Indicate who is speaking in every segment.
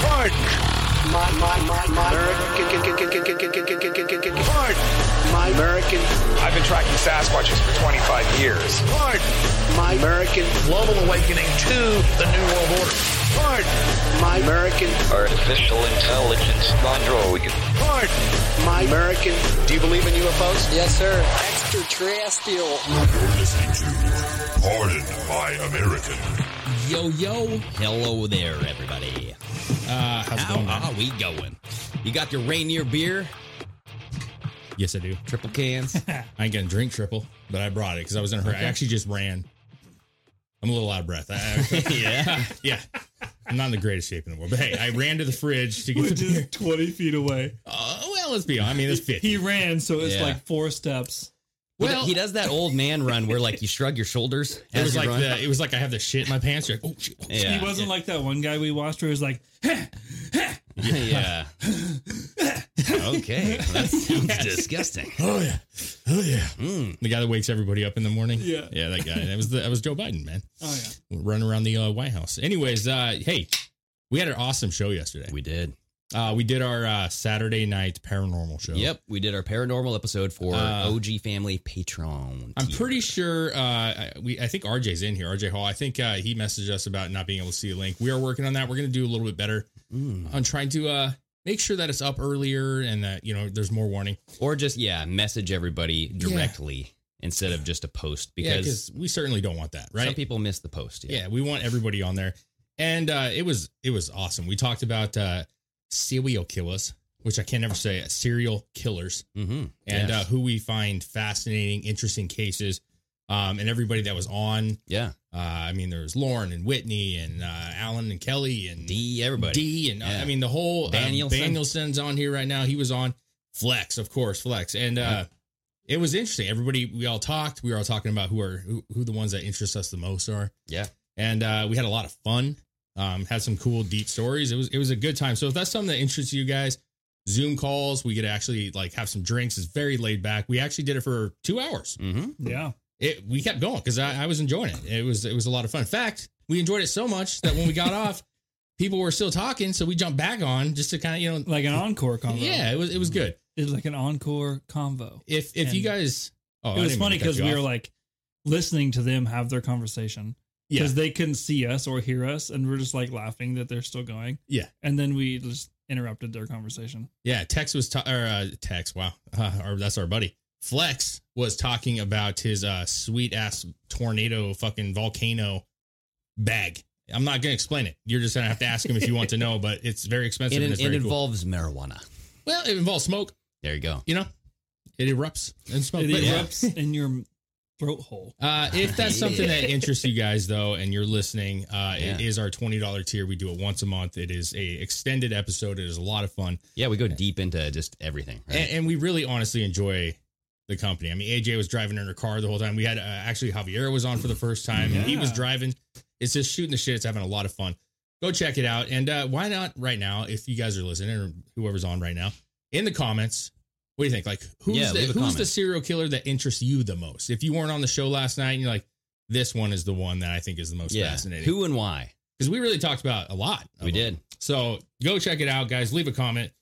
Speaker 1: Pardon. My, my, my, my American. Pardon. My American.
Speaker 2: I've been tracking Sasquatches for 25 years.
Speaker 1: Pardon. My American.
Speaker 3: Global awakening to the New World Order.
Speaker 1: Pardon. My American.
Speaker 4: Artificial intelligence android.
Speaker 1: Pardon. My American.
Speaker 3: Do you believe in UFOs?
Speaker 5: Yes, sir. Extraterrestrial.
Speaker 6: You're listening to Pardon My American.
Speaker 7: Yo, yo, hello there, everybody.
Speaker 8: Uh, how's it
Speaker 7: How
Speaker 8: going? man?
Speaker 7: are we going? You got your Rainier beer,
Speaker 8: Yes, I do.
Speaker 7: triple cans.
Speaker 8: I ain't gonna drink triple, but I brought it because I was in a hurry. I actually just ran. I'm a little out of breath. I,
Speaker 7: yeah,
Speaker 8: yeah, I'm not in the greatest shape in the world, but hey, I ran to the fridge to get
Speaker 9: which
Speaker 8: the beer.
Speaker 9: is 20 feet away.
Speaker 8: Oh, well, let's be honest. I mean, it's 50.
Speaker 9: He ran, so it's
Speaker 7: Yeah.
Speaker 9: like four steps.
Speaker 7: well, he does that old man run where like you shrug your shoulders.
Speaker 8: it was like
Speaker 7: that.
Speaker 8: the, it was like I have the shit in my pants. You're like, oh, shit.
Speaker 7: Yeah,
Speaker 9: he wasn't like that one guy we watched where he was like,
Speaker 7: yeah. okay, that sounds disgusting. Hmm.
Speaker 8: oh yeah, oh yeah. The guy that wakes everybody up in the morning.
Speaker 9: Yeah.
Speaker 8: yeah, that guy. That was the, that was Joe Biden, man,
Speaker 9: oh yeah.
Speaker 8: running around the uh, White House. Anyways, uh, hey, we had an awesome show yesterday.
Speaker 7: We did.
Speaker 8: Uh, we did our uh, Saturday night paranormal show.
Speaker 7: Yep, we did our paranormal episode for
Speaker 8: Uh,
Speaker 7: OG Family Patron.
Speaker 8: I'm
Speaker 7: tier.
Speaker 8: pretty sure uh, I- we. I think RJ's in here. RJ Hall. I think uh, he messaged us about not being able to see a link. We are working on that. We're going to do a little bit better
Speaker 7: Mm.
Speaker 8: on trying to uh, make sure that it's up earlier and that you know there's more warning.
Speaker 7: Or just yeah, message everybody directly instead of just a post
Speaker 8: Yeah,
Speaker 7: because
Speaker 8: we certainly don't want that, right?
Speaker 7: some people miss the post.
Speaker 8: yeah. we want everybody on there. And uh, it was it was awesome. We talked about uh, serial killers, which I can never say serial killers.
Speaker 7: Mm-hmm.
Speaker 8: and
Speaker 7: yeah.
Speaker 8: uh, who we find fascinating, interesting cases, um, and everybody that was on.
Speaker 7: yeah,
Speaker 8: Uh, I mean, there was Lauren and Whitney and uh, Alan and Kelly and
Speaker 7: D everybody.
Speaker 8: D and uh,
Speaker 7: Yeah.
Speaker 8: I mean the whole um,
Speaker 7: Danielson.
Speaker 8: Danielson's on here right now. He was on Flex, of course, Flex, and uh,
Speaker 7: Yeah.
Speaker 8: it was interesting. Everybody, we all talked. We were all talking about who are who, who the ones that interest us the most are
Speaker 7: yeah,
Speaker 8: and uh, we had a lot of fun. Um, had some cool deep stories. It was it was a good time. So if that's something that interests you guys, Zoom calls, we could actually like have some drinks. It's very laid back. We actually did it for two hours.
Speaker 7: mm-hmm.
Speaker 9: Yeah.
Speaker 8: It we kept going because I, I was enjoying it. It was it was a lot of fun. In fact, we enjoyed it so much that when we got off, people were still talking, so we jumped back on just to kind of you know
Speaker 9: Like an encore convo.
Speaker 8: yeah, it was it was good.
Speaker 9: It's like an encore convo.
Speaker 8: If if you
Speaker 9: And
Speaker 8: guys, oh, I
Speaker 9: it was
Speaker 8: didn't mean
Speaker 9: funny
Speaker 8: to cut
Speaker 9: because
Speaker 8: you
Speaker 9: we
Speaker 8: off.
Speaker 9: were like listening to them have their conversation
Speaker 8: yeah
Speaker 9: because they couldn't see us or hear us, and we're just like laughing that they're still going.
Speaker 8: Yeah.
Speaker 9: and then we just interrupted their conversation.
Speaker 8: Yeah, Tex was ta- or uh, Tex. Wow, uh, our, that's our buddy. Flex was talking about his uh, sweet ass tornado fucking volcano bag. I'm not gonna explain it. You're just gonna have to ask him if you want to know. But it's very expensive.
Speaker 7: It,
Speaker 8: and it's
Speaker 7: it
Speaker 8: very cool.
Speaker 7: involves marijuana.
Speaker 8: well, it involves smoke.
Speaker 7: There you go.
Speaker 8: You know, it erupts and smoke.
Speaker 9: It
Speaker 8: Oh, But, yeah.
Speaker 9: erupts in your throat hole.
Speaker 8: Uh, if that's something that interests you guys though, and you're listening, uh,
Speaker 7: Yeah.
Speaker 8: it is our twenty dollar tier. We do it once a month. It is a extended episode. It is a lot of fun.
Speaker 7: Yeah, we go deep into just everything. Right?
Speaker 8: and, and we really honestly enjoy the company. I mean, AJ was driving in her car the whole time. We had uh, actually Javier was on for the first time.
Speaker 7: Mm-hmm.
Speaker 8: and He was
Speaker 9: Yeah.
Speaker 8: driving. It's just shooting the shit. It's having a lot of fun. Go check it out. And uh, why not right now? If you guys are listening or whoever's on right now, in the comments, what do you think? Like, who's
Speaker 7: Yeah,
Speaker 8: the,
Speaker 7: leave a
Speaker 8: who's the
Speaker 7: comment.
Speaker 8: serial killer that interests you the most? If you weren't on the show last night, and you're like, this one is the one that I think is the most
Speaker 7: yeah,
Speaker 8: fascinating.
Speaker 7: who and why?
Speaker 8: Because we really talked about a lot. of
Speaker 7: We
Speaker 8: them.
Speaker 7: did.
Speaker 8: So go check it out, guys. Leave a comment.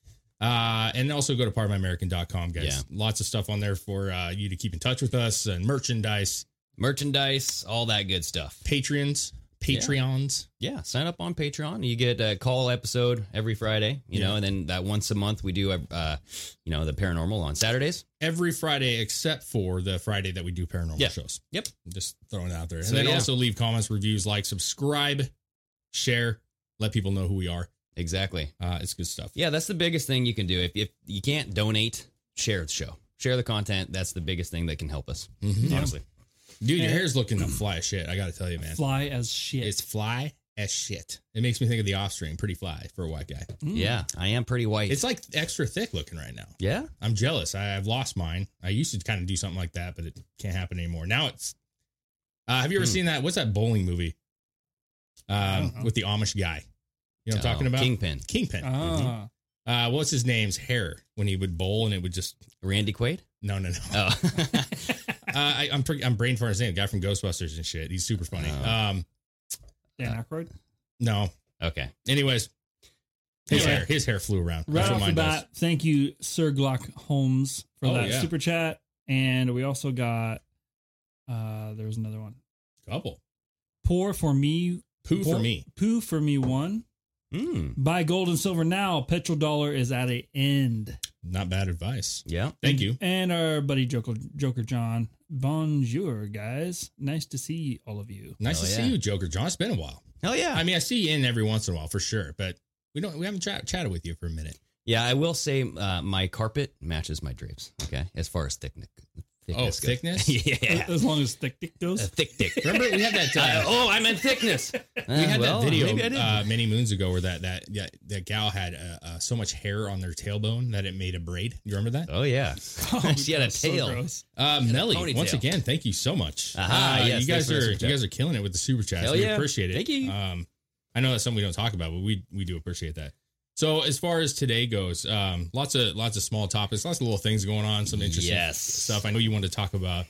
Speaker 8: Uh, and also go to partofmyamerican.com, guys.
Speaker 7: Yeah.
Speaker 8: Lots of stuff on there for uh, you to keep in touch with us and merchandise,
Speaker 7: Merchandise, all that good stuff.
Speaker 8: Patreons, Patreons.
Speaker 7: Yeah, sign up on Patreon. You get a call episode every Friday, you
Speaker 8: Yeah.
Speaker 7: know, and then that once a month we do, uh, you know, the paranormal on Saturdays.
Speaker 8: Every Friday, except for the Friday that we do paranormal
Speaker 7: Yeah.
Speaker 8: shows.
Speaker 7: Yep.
Speaker 8: Just throwing it out there.
Speaker 7: So,
Speaker 8: and then
Speaker 7: yeah.
Speaker 8: also leave comments, reviews, like, subscribe, share, let people know who we are.
Speaker 7: Exactly.
Speaker 8: Uh, it's good stuff.
Speaker 7: Yeah, that's the biggest thing you can do. If, if you can't donate, share the show. Share the content. That's the biggest thing that can help us.
Speaker 8: Mhm.
Speaker 7: Honestly.
Speaker 8: Dude, your hair's looking fly as shit. I got to tell you, man.
Speaker 9: Fly as shit.
Speaker 8: It's fly as shit. It makes me think of the offspring, pretty fly for a white guy.
Speaker 9: Mm.
Speaker 7: Yeah, I am pretty white.
Speaker 8: It's like extra thick looking right now.
Speaker 7: yeah,
Speaker 8: I'm jealous. I, I've lost mine. I used to kind of do something like that, but it can't happen anymore. Now it's. Uh, have you ever
Speaker 7: Hmm.
Speaker 8: seen that? What's that bowling movie? Um, with the Amish guy. You know what I'm talking
Speaker 7: Oh, Uh-huh.
Speaker 8: about?
Speaker 7: Kingpin,
Speaker 8: Kingpin.
Speaker 9: Ah,
Speaker 8: Uh, what's his name's hair when he would bowl and it would just
Speaker 7: Randy Quaid.
Speaker 8: no no no.
Speaker 7: Oh,
Speaker 8: Uh, I, I'm pretty, I'm brain farting his name. Guy from Ghostbusters and shit. He's super funny.
Speaker 7: Oh.
Speaker 8: Um,
Speaker 9: Dan
Speaker 8: Uh,
Speaker 9: Aykroyd.
Speaker 8: no.
Speaker 7: okay.
Speaker 8: Anyways, his
Speaker 9: Anyway.
Speaker 8: hair his hair flew around.
Speaker 9: Right off the
Speaker 8: mine does.
Speaker 9: bat, thank you, Sir Glock Holmes, for
Speaker 8: Oh,
Speaker 9: that
Speaker 8: yeah.
Speaker 9: super chat. And we also got uh there was another one.
Speaker 8: Couple
Speaker 9: Pour for me.
Speaker 8: poo for
Speaker 9: Pour-
Speaker 8: me.
Speaker 9: Poo for me one.
Speaker 7: Mm,
Speaker 9: Buy gold and silver now. Petrol dollar is at an end.
Speaker 8: Not bad advice.
Speaker 7: yeah.
Speaker 8: Thank you.
Speaker 9: And our buddy Joker, Joker John. Bonjour, guys. Nice to see all of you.
Speaker 8: Nice
Speaker 7: Hell
Speaker 8: to
Speaker 7: yeah.
Speaker 8: see you, Joker John. It's been a while.
Speaker 7: Hell yeah.
Speaker 8: I mean, I see you in every once in a while for sure, but we don't we haven't chat, chatted with you for a minute.
Speaker 7: yeah, I will say uh, my carpet matches my drapes. Okay, as far as thickness.
Speaker 8: Oh, thickness?
Speaker 7: yeah.
Speaker 9: As long as thick dick
Speaker 7: A
Speaker 9: goes.
Speaker 7: thick dick.
Speaker 8: Remember we had that.
Speaker 7: Uh,
Speaker 8: Uh,
Speaker 7: oh, I meant thickness.
Speaker 8: we had that
Speaker 7: Maybe I
Speaker 8: video
Speaker 7: did.
Speaker 8: uh, many moons ago where that that yeah, that gal had uh, uh, so much hair on their tailbone that it made a braid. You remember that?
Speaker 7: oh yeah. she had a
Speaker 9: that's so
Speaker 7: tail.
Speaker 9: gross.
Speaker 8: Uh, Melly,
Speaker 7: ponytail.
Speaker 8: once again, thank you so much.
Speaker 7: Aha,
Speaker 8: uh,
Speaker 7: yes,
Speaker 8: you
Speaker 7: thanks
Speaker 8: guys
Speaker 7: for the
Speaker 8: are
Speaker 7: super
Speaker 8: you
Speaker 7: chat.
Speaker 8: guys are killing it with the super chats.
Speaker 7: Hell
Speaker 8: we
Speaker 7: yeah.
Speaker 8: appreciate it.
Speaker 7: Thank you.
Speaker 8: Um, I know that's something we don't talk about, but we we do appreciate that. So as far as today goes, um, lots of lots of small topics, lots of little things going on, some interesting
Speaker 7: Yes.
Speaker 8: stuff. I know you want to talk about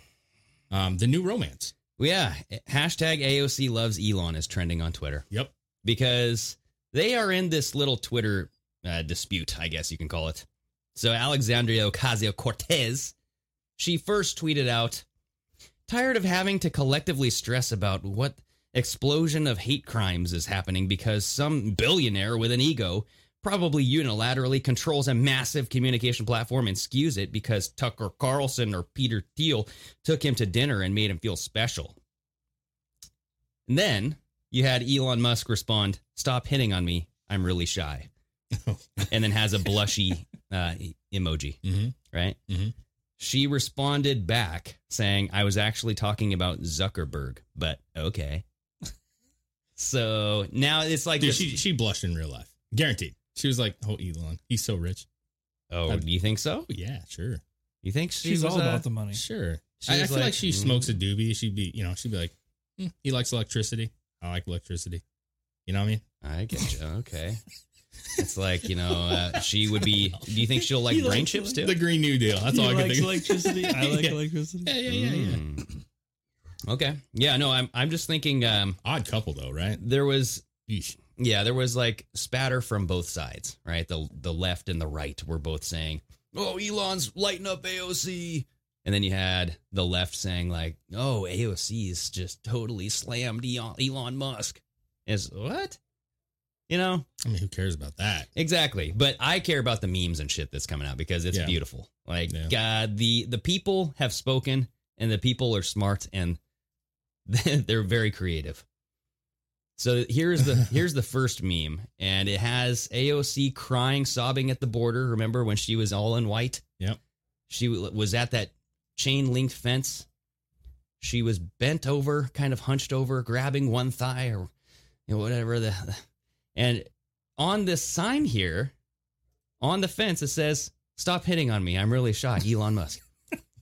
Speaker 8: um, the new romance.
Speaker 7: Yeah. Hashtag AOC loves Elon is trending on Twitter
Speaker 8: Yep.
Speaker 7: because they are in this little Twitter uh, dispute, I guess you can call it. So Alexandria Ocasio Cortez, she first tweeted out, "Tired of having to collectively stress about what explosion of hate crimes is happening because some billionaire with an ego." Probably unilaterally controls a massive communication platform and skews it because Tucker Carlson or Peter Thiel took him to dinner and made him feel special. And then you had Elon Musk respond, "Stop hitting on me. I'm really shy," and then has a blushy uh, emoji.
Speaker 8: Mm-hmm.
Speaker 7: Right?
Speaker 8: Mhm.
Speaker 7: She responded back saying, "I was actually talking about Zuckerberg, but okay." so now it's like,
Speaker 8: Dude,
Speaker 7: this-
Speaker 8: she she blushed in real life, guaranteed. She was like, "Oh, Elon, he's so rich."
Speaker 7: oh, do you think so?
Speaker 8: Oh yeah, sure,
Speaker 7: You think she
Speaker 9: She's
Speaker 7: was,
Speaker 9: all about
Speaker 7: uh,
Speaker 9: the money.
Speaker 8: sure.
Speaker 7: She
Speaker 8: I, I
Speaker 7: was
Speaker 8: feel like,
Speaker 7: like,
Speaker 8: she
Speaker 7: mm.
Speaker 8: smokes a doobie. She'd be, you know, she'd be like, "Hmm, "He likes electricity. I like electricity." You know what I mean?
Speaker 7: I get you. Okay. It's like you know uh, she would be. Do you think she'll like
Speaker 9: He
Speaker 7: brain
Speaker 9: likes-
Speaker 7: chips too?
Speaker 8: The Green New Deal. That's all I
Speaker 9: he
Speaker 8: can
Speaker 9: likes
Speaker 8: think.
Speaker 9: electricity. I like
Speaker 8: Yeah.
Speaker 9: electricity.
Speaker 8: yeah, yeah, yeah, yeah.
Speaker 7: Mm. Okay. Yeah. No. I'm. I'm just thinking. Um.
Speaker 8: Odd couple though, right?
Speaker 7: There was.
Speaker 8: Yeesh.
Speaker 7: Yeah. There was like spatter from both sides. Right. The the left and the right were both saying, "Oh, Elon's lighting up AOC." And then you had the left saying like, "Oh, AOC is just totally slammed Elon, Elon Musk." Is what? You know
Speaker 8: I mean, who cares about that?
Speaker 7: exactly. But I care about the memes and shit that's coming out because it's
Speaker 8: Yeah.
Speaker 7: beautiful. Like
Speaker 8: Yeah.
Speaker 7: God, the the people have spoken, and the people are smart and they're very creative. So here's the here's the first meme, and it has AOC crying, sobbing at the border. Remember when she was all in white?
Speaker 8: Yep.
Speaker 7: She w- was at that chain link fence. She was bent over, kind of hunched over, grabbing one thigh or you know, whatever the. And on this sign here, on the fence, it says, "Stop hitting on me. I'm really shy." Elon Musk.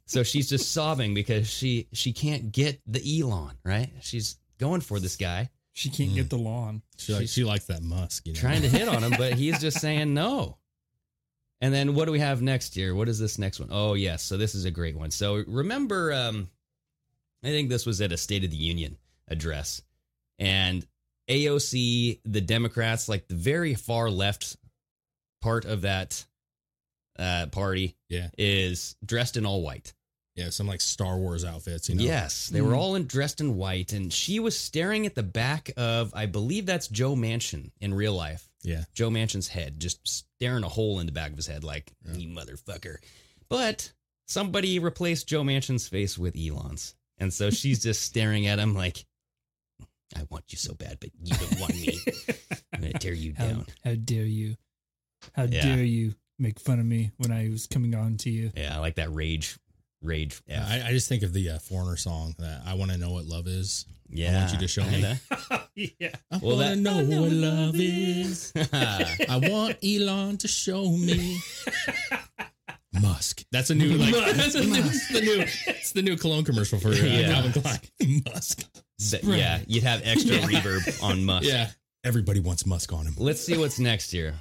Speaker 7: So she's just sobbing because she she can't get the Elon right. She's going for this guy,
Speaker 9: She can't
Speaker 8: Mm.
Speaker 9: get the lawn.
Speaker 8: She like, she likes that Musk. You know?
Speaker 7: trying to hit on him, but he's just saying no. And then what do we have next year? What is this next one? Oh yes, so this is a great one. So remember, um, I think this was at a State of the Union address, and AOC, the Democrats, like the very far left part of that uh, party,
Speaker 8: Yeah.
Speaker 7: is dressed in all white.
Speaker 8: yeah, some like Star Wars outfits. You know? Mm.
Speaker 7: Yes, they were all in, dressed in white, and she was staring at the back of, I believe that's Joe Manchin in real life.
Speaker 8: Yeah.
Speaker 7: Joe Manchin's head, just staring a hole in the back of his head, like you motherfucker. But somebody replaced Joe Manchin's face with Elon's, and so she's just staring at him like, "I want you so bad, but you don't want me. I'm gonna tear you
Speaker 8: Um,
Speaker 9: How,
Speaker 7: down."
Speaker 9: how dare you? How
Speaker 7: Yeah.
Speaker 9: dare you make fun of me when I was coming on to you?
Speaker 7: Yeah, I like that rage Rage.
Speaker 8: Yeah, I, I just think of the uh, Foreigner song that I want to know what love is.
Speaker 7: yeah.
Speaker 8: I want you to show me.
Speaker 9: yeah.
Speaker 8: I
Speaker 7: Well,
Speaker 8: want
Speaker 7: that-
Speaker 8: to know what love is.
Speaker 7: I
Speaker 8: I want Elon to show me Musk. That's a new like that's a new, it's the new it's the new cologne commercial for uh,
Speaker 7: Yeah.
Speaker 8: Calvin Klein. Musk.
Speaker 7: That- yeah, you'd have extra reverb on Musk.
Speaker 8: Yeah. Everybody wants Musk on him.
Speaker 7: Let's see what's next here.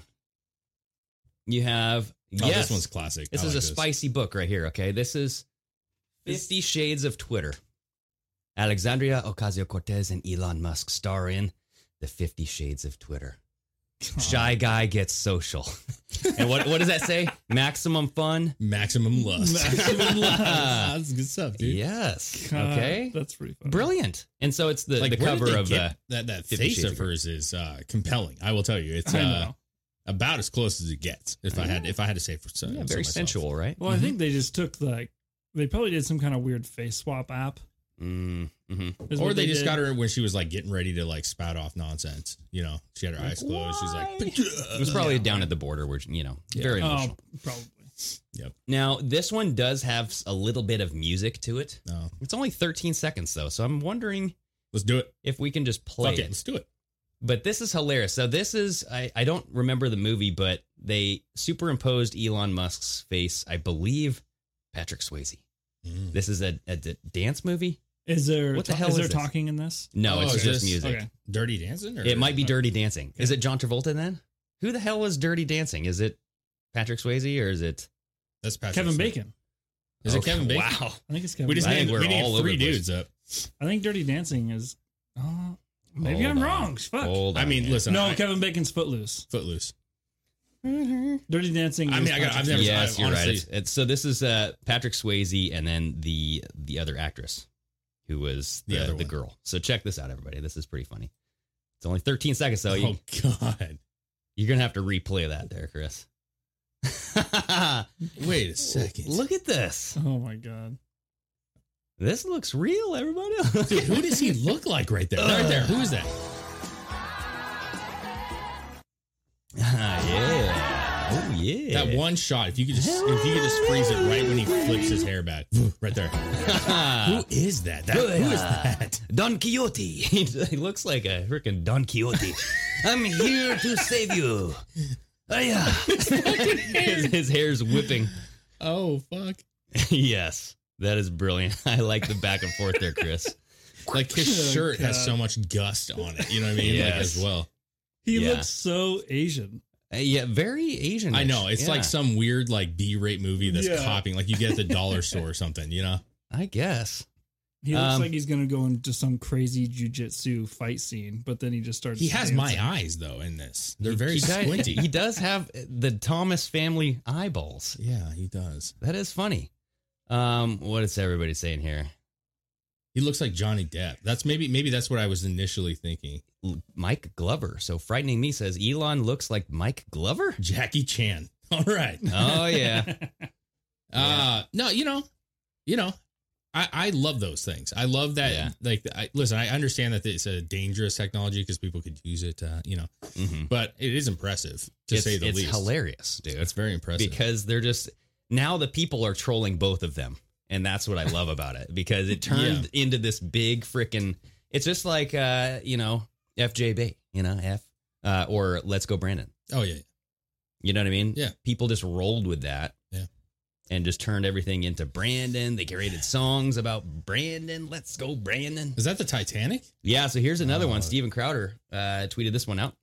Speaker 7: You have
Speaker 8: Oh,
Speaker 7: yes,
Speaker 8: this one's classic.
Speaker 7: This
Speaker 8: I
Speaker 7: is
Speaker 8: like
Speaker 7: a spicy book right here. Okay, this is Fifty Shades of Twitter. Alexandria Ocasio Cortez and Elon Musk star in the Fifty Shades of Twitter. Shy guy gets social. and what what does that say? Maximum fun.
Speaker 8: Maximum lust.
Speaker 9: Maximum lust.
Speaker 8: that's good stuff, dude.
Speaker 7: Yes.
Speaker 9: God,
Speaker 7: okay.
Speaker 9: That's pretty funny.
Speaker 7: Brilliant. And so it's the,
Speaker 8: Like
Speaker 7: the
Speaker 8: where did
Speaker 7: cover
Speaker 8: they
Speaker 7: of
Speaker 8: get
Speaker 7: the
Speaker 8: that that
Speaker 7: Fifty
Speaker 8: face
Speaker 7: Shades
Speaker 8: of
Speaker 7: of Grey.
Speaker 8: hers is uh, compelling. I will tell you, it's
Speaker 9: I
Speaker 8: uh,
Speaker 9: know.
Speaker 8: about as close as it gets. If I had if I had to say for so,
Speaker 7: yeah, very sensual, right? Mm-hmm.
Speaker 9: Well,
Speaker 8: Mm-hmm.
Speaker 9: I think they just took like they probably did some kind of weird face swap app.
Speaker 7: Mm, hmm
Speaker 9: is
Speaker 8: or
Speaker 9: what
Speaker 8: they, just
Speaker 9: did.
Speaker 8: got her when she was like getting ready to like spout off nonsense. You know, she had her eyes closed. She's like, uh."
Speaker 7: It was probably down at the border, where you know, very
Speaker 9: Oh,
Speaker 7: emotional.
Speaker 9: probably.
Speaker 7: Now, this one does have a little bit of music to it.
Speaker 8: no,
Speaker 7: It's only 13 seconds though, so I'm wondering
Speaker 8: let's do it.
Speaker 7: if we can just play
Speaker 8: Fuck it,
Speaker 7: it.
Speaker 8: let's do it.
Speaker 7: But this is hilarious. So this is I, I don't remember the movie, but they superimposed Elon Musk's face, I believe, Patrick Swayze.
Speaker 8: Mm.
Speaker 7: This is a, a d- dance movie.
Speaker 9: Is there
Speaker 7: What the hell
Speaker 9: is,
Speaker 7: is
Speaker 9: there
Speaker 7: this?
Speaker 9: talking in this?
Speaker 7: No,
Speaker 8: Oh,
Speaker 7: it's
Speaker 8: is
Speaker 7: just
Speaker 8: this-
Speaker 7: music.
Speaker 9: Okay.
Speaker 8: Dirty dancing, or uh,
Speaker 7: It might be Dirty Dancing. Is it John Travolta then? Who the hell was Dirty Dancing? Is it Patrick Swayze or is it?
Speaker 8: That's Patrick
Speaker 9: Kevin
Speaker 8: Swayze.
Speaker 9: Bacon.
Speaker 8: Is it
Speaker 7: Oh,
Speaker 8: Kevin Bacon?
Speaker 7: Wow.
Speaker 9: I think it's Kevin.
Speaker 8: We just
Speaker 7: I
Speaker 9: Bacon.
Speaker 8: need,
Speaker 7: think we're
Speaker 8: we need
Speaker 7: all over
Speaker 8: three
Speaker 7: the place.
Speaker 8: dudes up.
Speaker 9: I think Dirty Dancing is. Uh, maybe
Speaker 7: Hold
Speaker 9: I'm
Speaker 7: on.
Speaker 9: wrong. Fuck.
Speaker 7: Hold
Speaker 8: I
Speaker 7: on,
Speaker 8: mean,
Speaker 7: man.
Speaker 8: listen,
Speaker 9: no,
Speaker 8: I,
Speaker 9: Kevin Bacon's Footloose.
Speaker 8: Footloose.
Speaker 9: Dirty Dancing.
Speaker 8: I
Speaker 9: is
Speaker 8: mean, I got-
Speaker 9: Patrick
Speaker 8: I've never-
Speaker 9: Swayze.
Speaker 7: Yes,
Speaker 8: I-
Speaker 7: you're right.
Speaker 8: honestly-
Speaker 7: It's, it's- so this is uh, Patrick Swayze and then the the other actress who was
Speaker 8: The
Speaker 7: the,
Speaker 8: other
Speaker 7: the
Speaker 8: one.
Speaker 7: girl. So check this out, everybody. This is pretty funny. It's only 13 seconds, so you,
Speaker 8: oh God!
Speaker 7: you're gonna have to replay that there, Chris.
Speaker 8: Wait a second.
Speaker 7: Look at this.
Speaker 9: Oh my god.
Speaker 7: This looks real, everybody.
Speaker 8: Dude, who does he look like right there? right there. Who is that?
Speaker 7: Ah, yeah. Oh yeah.
Speaker 8: That one shot. If you could just, if you could just freeze it right when he flips his hair back, right there. who is that? that who is that?
Speaker 7: Ah. Don Quixote. he looks like a freaking Don Quixote. I'm here to save you. Oh, yeah. his, his hair's whipping.
Speaker 8: Oh fuck!
Speaker 7: yes, that is brilliant. I like the back and forth there, Chris.
Speaker 8: Like his
Speaker 9: Oh,
Speaker 8: shirt has
Speaker 9: God.
Speaker 8: so much gust on it. You know what I mean? Like
Speaker 7: Yes.
Speaker 8: as well.
Speaker 9: He
Speaker 7: Yeah.
Speaker 9: looks so Asian.
Speaker 7: Uh, yeah, very Asian.
Speaker 8: I know. It's like some weird like B-rate movie that's
Speaker 9: Yeah.
Speaker 8: copying. Like you get at the dollar store or something. You know?
Speaker 7: I guess.
Speaker 9: He looks
Speaker 7: Um,
Speaker 9: like he's gonna go into some crazy jujitsu fight scene, but then he just starts.
Speaker 8: He has
Speaker 9: dancing.
Speaker 8: my eyes though in this. They're very
Speaker 7: he does,
Speaker 8: squinty.
Speaker 7: He does have uh, the Thomas family eyeballs.
Speaker 8: yeah, he does.
Speaker 7: That is funny. Um, what is everybody saying here?
Speaker 8: He looks like Johnny Depp. That's maybe maybe that's what I was initially thinking.
Speaker 7: L- Mike Glover. So frightening me says Elon looks like Mike Glover.
Speaker 8: Jackie Chan. All right.
Speaker 7: Oh yeah.
Speaker 8: Uh no, you know, you know, I I love those things. I love that.
Speaker 7: Yeah.
Speaker 8: Like, I, listen, I understand that it's a dangerous technology because people could use it. Uh, you know,
Speaker 7: Mhm.
Speaker 8: but it is impressive to
Speaker 7: it's,
Speaker 8: say the
Speaker 7: it's
Speaker 8: least.
Speaker 7: hilarious, dude.
Speaker 8: It's very impressive.
Speaker 7: because they're just now the people are trolling both of them and that's what i love about it because it turned into this big freaking it's just like uh you know fjb you know f uh, or let's go brandon
Speaker 8: oh yeah,
Speaker 7: you know what i mean
Speaker 8: Yeah.
Speaker 7: people just rolled with that
Speaker 8: Yeah.
Speaker 7: and just turned everything into brandon they created songs about brandon let's go brandon
Speaker 8: is that the Titanic?
Speaker 7: yeah so here's another
Speaker 8: Oh.
Speaker 7: one steven crowder uh tweeted this one out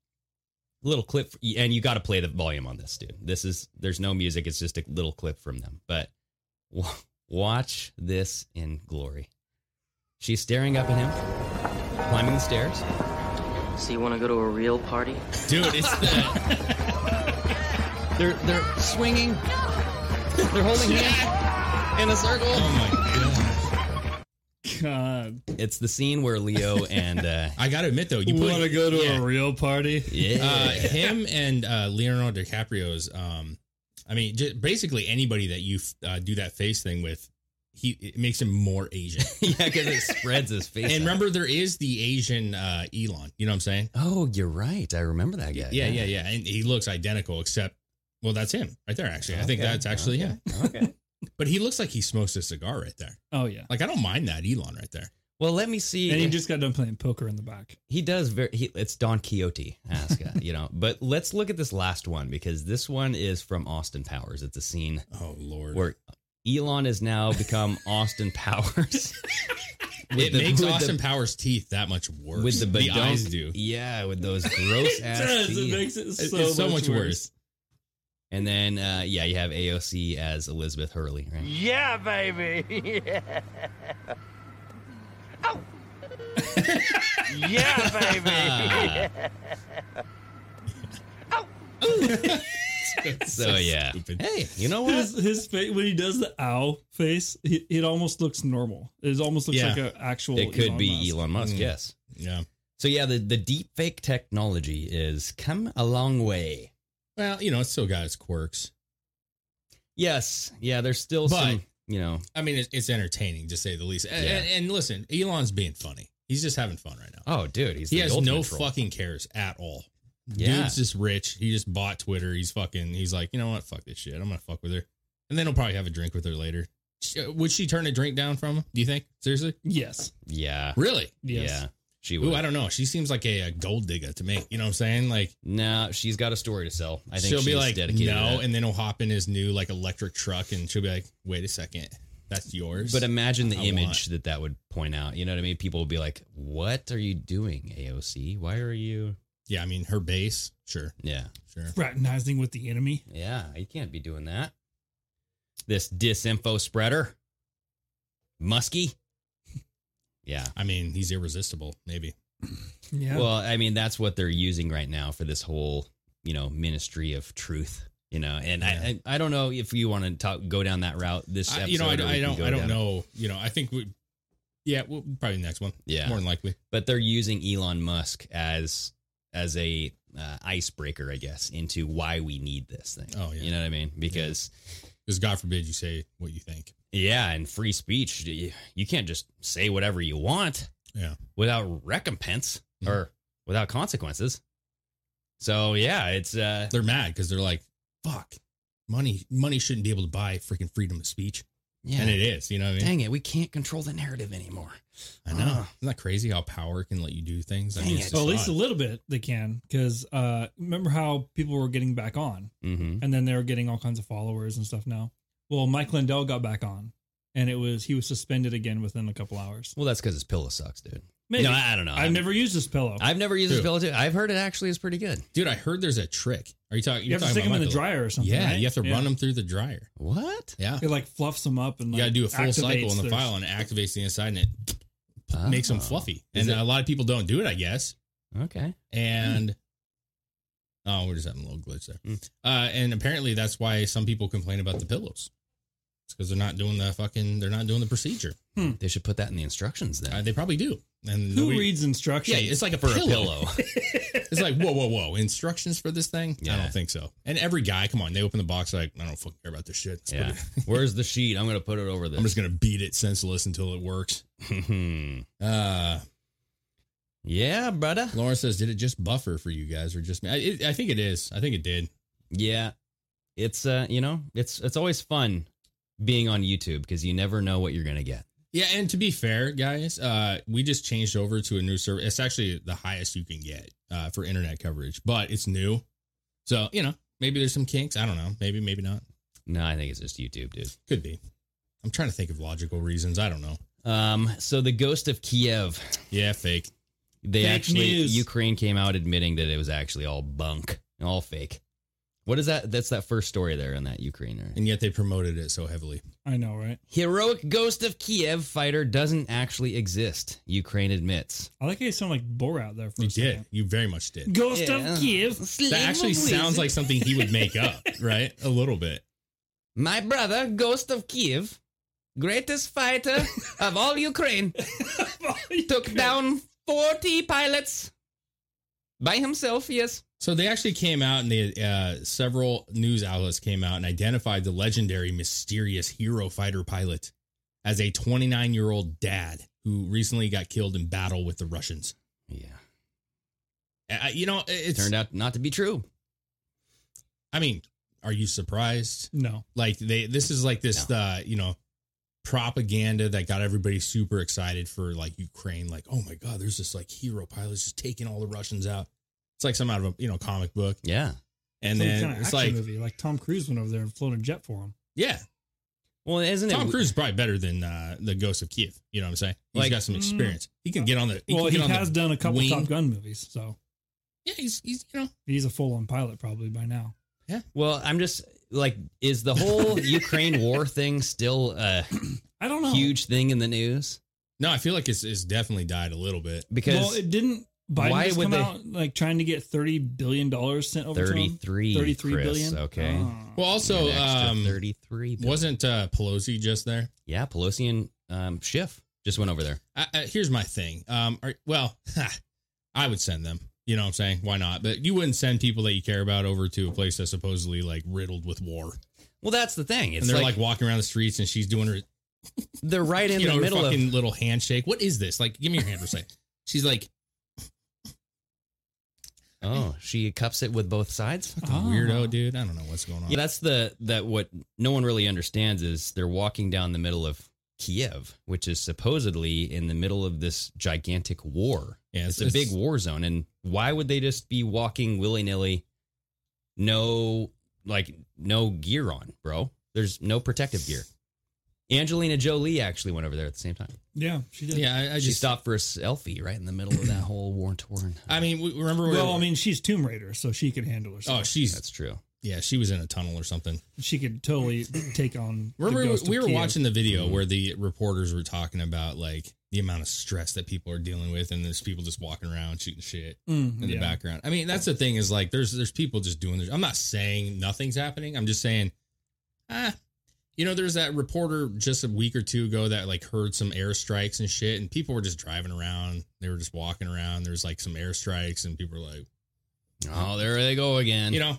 Speaker 7: little clip and you got to play the volume on this dude this is there's no music it's just a little clip from them but w- watch this in glory she's staring up at him climbing the stairs
Speaker 10: So you want to go to a real party?
Speaker 8: Dude, it's the
Speaker 7: they're they're swinging they're holding hands in a circle
Speaker 8: oh my god.
Speaker 9: God.
Speaker 7: it's the scene where leo and uh
Speaker 8: I got to admit though, you put
Speaker 9: want to go to
Speaker 8: yeah.
Speaker 9: a real party?
Speaker 7: yeah
Speaker 8: uh, him and uh, Leonardo DiCaprio's. Um, I mean, just basically anybody that you f- uh, do that face thing with, he it makes him more Asian.
Speaker 7: yeah because it spreads his face
Speaker 8: and
Speaker 7: out.
Speaker 8: remember, there is the Asian uh, Elon. You know what I'm saying?
Speaker 7: oh you're right i remember that guy
Speaker 8: Yeah, yeah, yeah. And he looks identical, except well, that's him right there. Actually, I think
Speaker 7: Okay,
Speaker 8: that's actually him.
Speaker 7: okay
Speaker 8: But he looks like he smokes a cigar right there.
Speaker 9: Oh yeah.
Speaker 8: Like I don't mind that Elon right there.
Speaker 7: Well, let me see.
Speaker 9: And he just got done playing poker in the back.
Speaker 7: He does very. He, it's Don Quixote, ask, uh, you know. But let's look at this last one because this one is from Austin Powers. It's a scene
Speaker 8: Oh lord.
Speaker 7: where Elon has now become Austin Powers.
Speaker 8: it
Speaker 7: With the-
Speaker 8: makes
Speaker 7: with the-
Speaker 8: Austin Powers teeth that much worse.
Speaker 7: with the,
Speaker 8: the
Speaker 7: bedunk-
Speaker 8: eyes do.
Speaker 7: Yeah, with those gross ass
Speaker 9: it
Speaker 7: teeth.
Speaker 8: It's so, much worse.
Speaker 7: and then uh, yeah, you have AOC as Elizabeth Hurley, right?
Speaker 1: Yeah, baby. Yeah. yeah,
Speaker 7: Ah,
Speaker 1: Oh.
Speaker 8: It's
Speaker 7: so yeah.
Speaker 8: stupid.
Speaker 7: Hey, you know what?
Speaker 9: His, his face when he does the owl face, he, it almost looks normal. It almost looks
Speaker 8: Yeah.
Speaker 9: like an actual.
Speaker 7: It could be
Speaker 9: Musk.
Speaker 7: Elon Musk.
Speaker 8: Mm.
Speaker 7: Yes.
Speaker 8: Yeah.
Speaker 7: So yeah, the the deep fake technology is come a long way.
Speaker 8: Well, you know, it's still got its quirks.
Speaker 7: Yes. Yeah. There's still
Speaker 8: But-
Speaker 7: some. You know.
Speaker 8: I mean, it's, it's entertaining to say the least. And,
Speaker 7: Yeah.
Speaker 8: and, and listen, Elon's being funny. He's just having fun right now.
Speaker 7: Oh, dude, he's
Speaker 8: he
Speaker 7: the
Speaker 8: has
Speaker 7: ultimate
Speaker 8: no
Speaker 7: troll.
Speaker 8: fucking cares at all.
Speaker 7: Yeah.
Speaker 8: Dude's just rich. He just bought Twitter. He's fucking. He's like, you know what? Fuck this shit. I'm gonna fuck with her, and then he'll probably have a drink with her later. Sh- uh, Would she turn a drink down from him? Do you think? Seriously?
Speaker 9: Yes.
Speaker 7: Yeah.
Speaker 8: Really?
Speaker 9: Yes.
Speaker 7: Yeah. She would.
Speaker 8: Ooh, I don't know. She seems like a, a gold digger to me. You know what I'm saying? Like
Speaker 7: No, she's got a story to sell. I think
Speaker 8: she'll
Speaker 7: she's
Speaker 8: be like,
Speaker 7: dedicated. to
Speaker 8: no,
Speaker 7: that.
Speaker 8: and then he'll hop in his new like electric truck, and she'll be like, wait a second, that's yours.
Speaker 7: but um, imagine the
Speaker 8: I
Speaker 7: image
Speaker 8: want.
Speaker 7: that that would point out. You know what I mean? People would be like, "What are you doing, AOC? Why are you?"
Speaker 8: yeah, I mean her base. Sure,
Speaker 7: Yeah.
Speaker 8: sure.
Speaker 9: Fraternizing with the enemy.
Speaker 7: Yeah, you can't be doing that. This disinfo spreader, Muskie. Yeah.
Speaker 8: I mean he's irresistible. Maybe.
Speaker 9: Yeah.
Speaker 7: Well, I mean, that's what they're using right now for this whole, you know, ministry of truth. You know, and
Speaker 8: Yeah.
Speaker 7: I, I, I don't know if you want to talk go down that route. This,
Speaker 8: I-
Speaker 7: episode,
Speaker 8: you know, I,
Speaker 7: or we
Speaker 8: I
Speaker 7: can
Speaker 8: don't.
Speaker 7: go
Speaker 8: I don't
Speaker 7: down-
Speaker 8: know. You know, I think we. Yeah, well, probably the next one.
Speaker 7: Yeah.
Speaker 8: more than likely.
Speaker 7: but they're using Elon Musk as as a uh, icebreaker, I guess, into why we need this thing.
Speaker 8: Oh, yeah.
Speaker 7: you know what I mean? Because
Speaker 8: Because God forbid you say what you think.
Speaker 7: yeah, and free speech, you you can't just say whatever you want
Speaker 8: Yeah.
Speaker 7: without recompense
Speaker 8: Mhm.
Speaker 7: or without consequences. So yeah, it's uh,
Speaker 8: They're mad because they're like, "Fuck, money. Money shouldn't be able to buy freaking freedom of speech."
Speaker 7: yeah,
Speaker 8: And it is. You know what I mean?
Speaker 7: dang it, we can't control the narrative anymore.
Speaker 8: I know.
Speaker 7: Ah.
Speaker 8: Isn't that crazy how power can let you do things? I
Speaker 7: Dang
Speaker 8: mean,
Speaker 7: it.
Speaker 8: it's
Speaker 9: well, at least
Speaker 8: just
Speaker 9: a
Speaker 8: odd.
Speaker 9: little bit they can, because uh, remember how people were getting back on,
Speaker 7: Mm-hmm.
Speaker 9: and then they were getting all kinds of followers and stuff. Now, well, Mike Lindell got back on, and it was he was suspended again within a couple hours.
Speaker 7: Well, that's because his pillow sucks, dude.
Speaker 9: Maybe.
Speaker 7: No, I, I don't know.
Speaker 8: um,
Speaker 9: I've never used this pillow.
Speaker 7: I've never used his
Speaker 8: Who?
Speaker 7: pillow. Too. I've heard it actually is pretty good.
Speaker 8: dude. I heard there's a trick. Are you talking?
Speaker 9: you have to
Speaker 8: talking
Speaker 9: stick them
Speaker 8: about
Speaker 9: in the
Speaker 8: Michael-
Speaker 9: dryer or something.
Speaker 8: Yeah,
Speaker 9: right?
Speaker 8: you have to
Speaker 9: Yeah.
Speaker 8: run them through the dryer.
Speaker 7: What?
Speaker 8: Yeah,
Speaker 9: It like fluffs them up and
Speaker 8: you
Speaker 9: like
Speaker 8: got to do a full cycle
Speaker 9: activates
Speaker 8: on the
Speaker 9: their-
Speaker 8: file and it activates the inside and it makes them
Speaker 7: Oh.
Speaker 8: fluffy.
Speaker 7: Is
Speaker 8: And
Speaker 7: it-
Speaker 8: a lot of people don't do it, I guess.
Speaker 7: Okay.
Speaker 8: and oh, we're just having a little glitch there.
Speaker 7: Mm.
Speaker 8: Uh, and apparently that's why some people complain about the pillows. It's because they're not doing the fucking, they're not doing the procedure.
Speaker 7: They should put that in the instructions then.
Speaker 8: Uh, they probably do. And
Speaker 9: Who
Speaker 8: nobody-
Speaker 9: reads
Speaker 8: Yeah,
Speaker 9: instructions?
Speaker 8: it's like a
Speaker 7: for
Speaker 8: pillow.
Speaker 7: a pillow.
Speaker 8: it's like whoa, whoa, whoa. Instructions for this thing? I
Speaker 7: Yeah.
Speaker 8: don't think so. And every guy, come on, they open the box like I don't fucking care about this shit. Let's put
Speaker 7: yeah.
Speaker 8: it-
Speaker 7: Where's the sheet? I'm gonna put it over this.
Speaker 8: I'm just gonna beat it senseless until it works.
Speaker 7: Hmm.
Speaker 8: Uh,
Speaker 7: yeah, brother.
Speaker 8: Laura says, did it just buffer for you guys or just me? I, it, I think it is. I think it did.
Speaker 7: Yeah. It's uh, you know, it's it's always fun being on YouTube because you never know what you're gonna get.
Speaker 8: Yeah, and to be fair, guys, uh, we just changed over to a new server. It's actually the highest you can get uh, for internet coverage, but it's new, so you know maybe there's some kinks. I don't know. Maybe, maybe not.
Speaker 7: No, I think it's just YouTube, dude.
Speaker 8: Could be. I'm trying to think of logical reasons. I don't know.
Speaker 7: Um, so the ghost of Kiev,
Speaker 8: Yeah, fake.
Speaker 7: they
Speaker 9: Fake
Speaker 7: actually
Speaker 9: news.
Speaker 7: Ukraine came out admitting that it was actually all bunk, all fake. What is that? That's that first story there in that Ukraine. Right?
Speaker 8: And yet they promoted it so heavily.
Speaker 9: I know, right?
Speaker 7: Heroic ghost of Kiev fighter doesn't actually exist. Ukraine admits.
Speaker 9: I like how you sound like Borat there for
Speaker 8: You
Speaker 9: a second.
Speaker 8: did. You very much did.
Speaker 9: Ghost
Speaker 7: Yeah.
Speaker 9: of Kiev.
Speaker 8: That actually sounds like something he would make up, right? A little bit.
Speaker 7: My brother, Ghost of Kiev, greatest fighter of all Ukraine, took down 40 pilots by himself, yes.
Speaker 8: So they actually came out and they, uh, several news outlets came out and identified the legendary mysterious hero fighter pilot as a 29 year old dad who recently got killed in battle with the Russians.
Speaker 7: Yeah.
Speaker 8: Uh, you know, it's
Speaker 7: Turned out not to be true.
Speaker 8: I mean, are you surprised?
Speaker 9: No.
Speaker 8: Like they this is like this uh, you know, propaganda that got everybody super excited for like Ukraine, like, oh my god, there's this like hero pilots just taking all the Russians out. It's like some out of a you know comic book.
Speaker 7: Yeah.
Speaker 8: And
Speaker 9: Some
Speaker 8: then
Speaker 9: kinda
Speaker 8: it's
Speaker 9: action
Speaker 8: like
Speaker 9: movie. Like Tom Cruise went over there and flew a jet for him.
Speaker 8: yeah.
Speaker 7: Well, isn't
Speaker 8: Tom
Speaker 7: it?
Speaker 8: Cruise is probably better than uh, the Ghost of Kiev. You know what I'm saying? He's
Speaker 7: Like- mm.
Speaker 8: got some experience. He can get on the.
Speaker 9: well,
Speaker 8: can
Speaker 9: he
Speaker 8: get on the
Speaker 9: has done a couple
Speaker 8: wing.
Speaker 9: Top Gun movies, so
Speaker 8: Yeah, he's, he's you know
Speaker 9: he's a full on pilot probably by now.
Speaker 7: Well, I'm just like, is the whole Ukraine war thing still a
Speaker 9: I don't know.
Speaker 7: huge thing in the news?
Speaker 8: no. I feel like it's it's definitely died a little bit.
Speaker 7: Because
Speaker 9: Well, it didn't. Biden
Speaker 7: Why
Speaker 9: just
Speaker 7: would
Speaker 9: come
Speaker 7: they-
Speaker 9: out like trying to get thirty billion dollars sent over to him.
Speaker 7: 33,
Speaker 9: 33
Speaker 7: Chris,
Speaker 9: billion?
Speaker 7: Okay.
Speaker 9: Oh.
Speaker 8: Well, also,
Speaker 7: An extra
Speaker 8: um,
Speaker 7: 33 billion.
Speaker 8: wasn't uh, Pelosi just there?
Speaker 7: Yeah, Pelosi and um, Schiff just went over there.
Speaker 8: I, I, here's my thing. Um, are, well, I would send them. You know what I'm saying? Why not? But you wouldn't send people that you care about over to a place that's supposedly like riddled with war,
Speaker 7: Well, that's the thing. It's
Speaker 8: and they're
Speaker 7: like,
Speaker 8: like, walking around the streets, and she's doing her
Speaker 7: they're right in
Speaker 8: you
Speaker 7: the
Speaker 8: know her
Speaker 7: middle of
Speaker 8: fucking little handshake. What is this? Like, give me your hand for a second. She's like
Speaker 7: Oh, she cups it with both sides.
Speaker 8: "Fucking weirdo, dude. I don't know what's going on.
Speaker 7: Oh. Yeah, that's the that what no one really understands is they're walking down the middle of Kiev, which is supposedly in the middle of this gigantic war.
Speaker 8: Yeah,
Speaker 7: it's,
Speaker 8: it's-
Speaker 7: a big
Speaker 8: it's-
Speaker 7: war zone, and why would they just be walking willy nilly? No, like no gear on, bro. There's no protective gear. Angelina Jolie actually went over there at the same time.
Speaker 9: Yeah, she did.
Speaker 8: Yeah, I, I
Speaker 7: she
Speaker 8: just.
Speaker 7: stopped for a selfie right in the middle of that whole war torn.
Speaker 8: I mean, we- remember? when-
Speaker 9: Well, I mean, she's Tomb Raider, so she could handle herself.
Speaker 8: oh, she's
Speaker 7: That's true.
Speaker 8: yeah, she was in a tunnel or something.
Speaker 9: she could totally take on. the
Speaker 8: Remember,
Speaker 9: Ghost of
Speaker 8: we were
Speaker 9: Kiev.
Speaker 8: watching the video where the reporters were talking about like the amount of stress that people are dealing with, and there's people just walking around shooting shit
Speaker 9: Mm,
Speaker 8: in the
Speaker 9: yeah.
Speaker 8: background. I mean, that's the thing is like there's there's people just doing this. I'm not saying nothing's happening. I'm just saying, ah, you know, there's that reporter just a week or two ago that like heard some airstrikes and shit, and people were just driving around. They were just walking around. There's like some airstrikes, and people were like,
Speaker 7: Oh, there they go again.
Speaker 8: you know,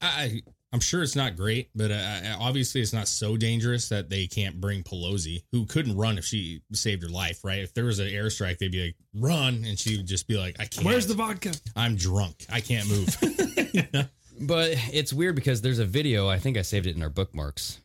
Speaker 8: I I- I'm sure it's not great, but uh, I- obviously it's not so dangerous that they can't bring Pelosi, who couldn't run if she saved her life, right? If there was an airstrike, they'd be like, "Run," and she would just be like, "I can't.
Speaker 9: Where's the vodka?
Speaker 8: I'm drunk. I can't move."
Speaker 7: But it's weird because there's a video, I think I saved it in our bookmarks,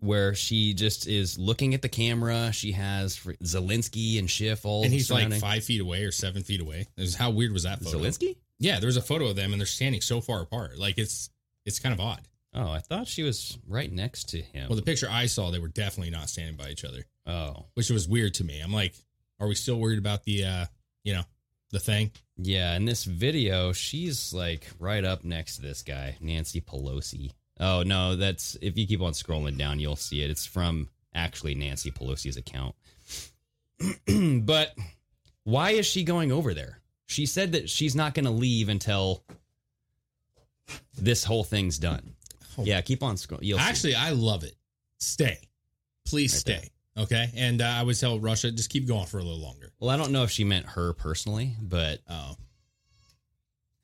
Speaker 7: where she just is looking at the camera. She has Fr- Zelensky and Schiff all
Speaker 8: and he's like
Speaker 7: surrounding-
Speaker 8: five feet away or seven feet away. It was- how weird was that photo?
Speaker 7: Zelensky?
Speaker 8: Yeah, there was a photo of them, and they're standing so far apart. Like it's it's kind of odd.
Speaker 7: Oh, I thought she was right next to him.
Speaker 8: Well, the picture I saw, they were definitely not standing by each other,
Speaker 7: oh,
Speaker 8: which was weird to me. I'm like, are we still worried about the uh, you know, the thing?
Speaker 7: yeah. In this video, she's like right up next to this guy, Nancy Pelosi. Oh, no, that's if you keep on scrolling down, you'll see it. It's from actually Nancy Pelosi's account. but why is she going over there? She said that she's not going to leave until this whole thing's done. Yeah, keep on scrolling. You'll see.
Speaker 8: Oh. Actually, I love it. Stay. Please
Speaker 7: Right
Speaker 8: stay. Okay. And uh, I would tell Russia, just keep going for a little longer.
Speaker 7: well, I don't know if she meant her personally, but
Speaker 8: Oh.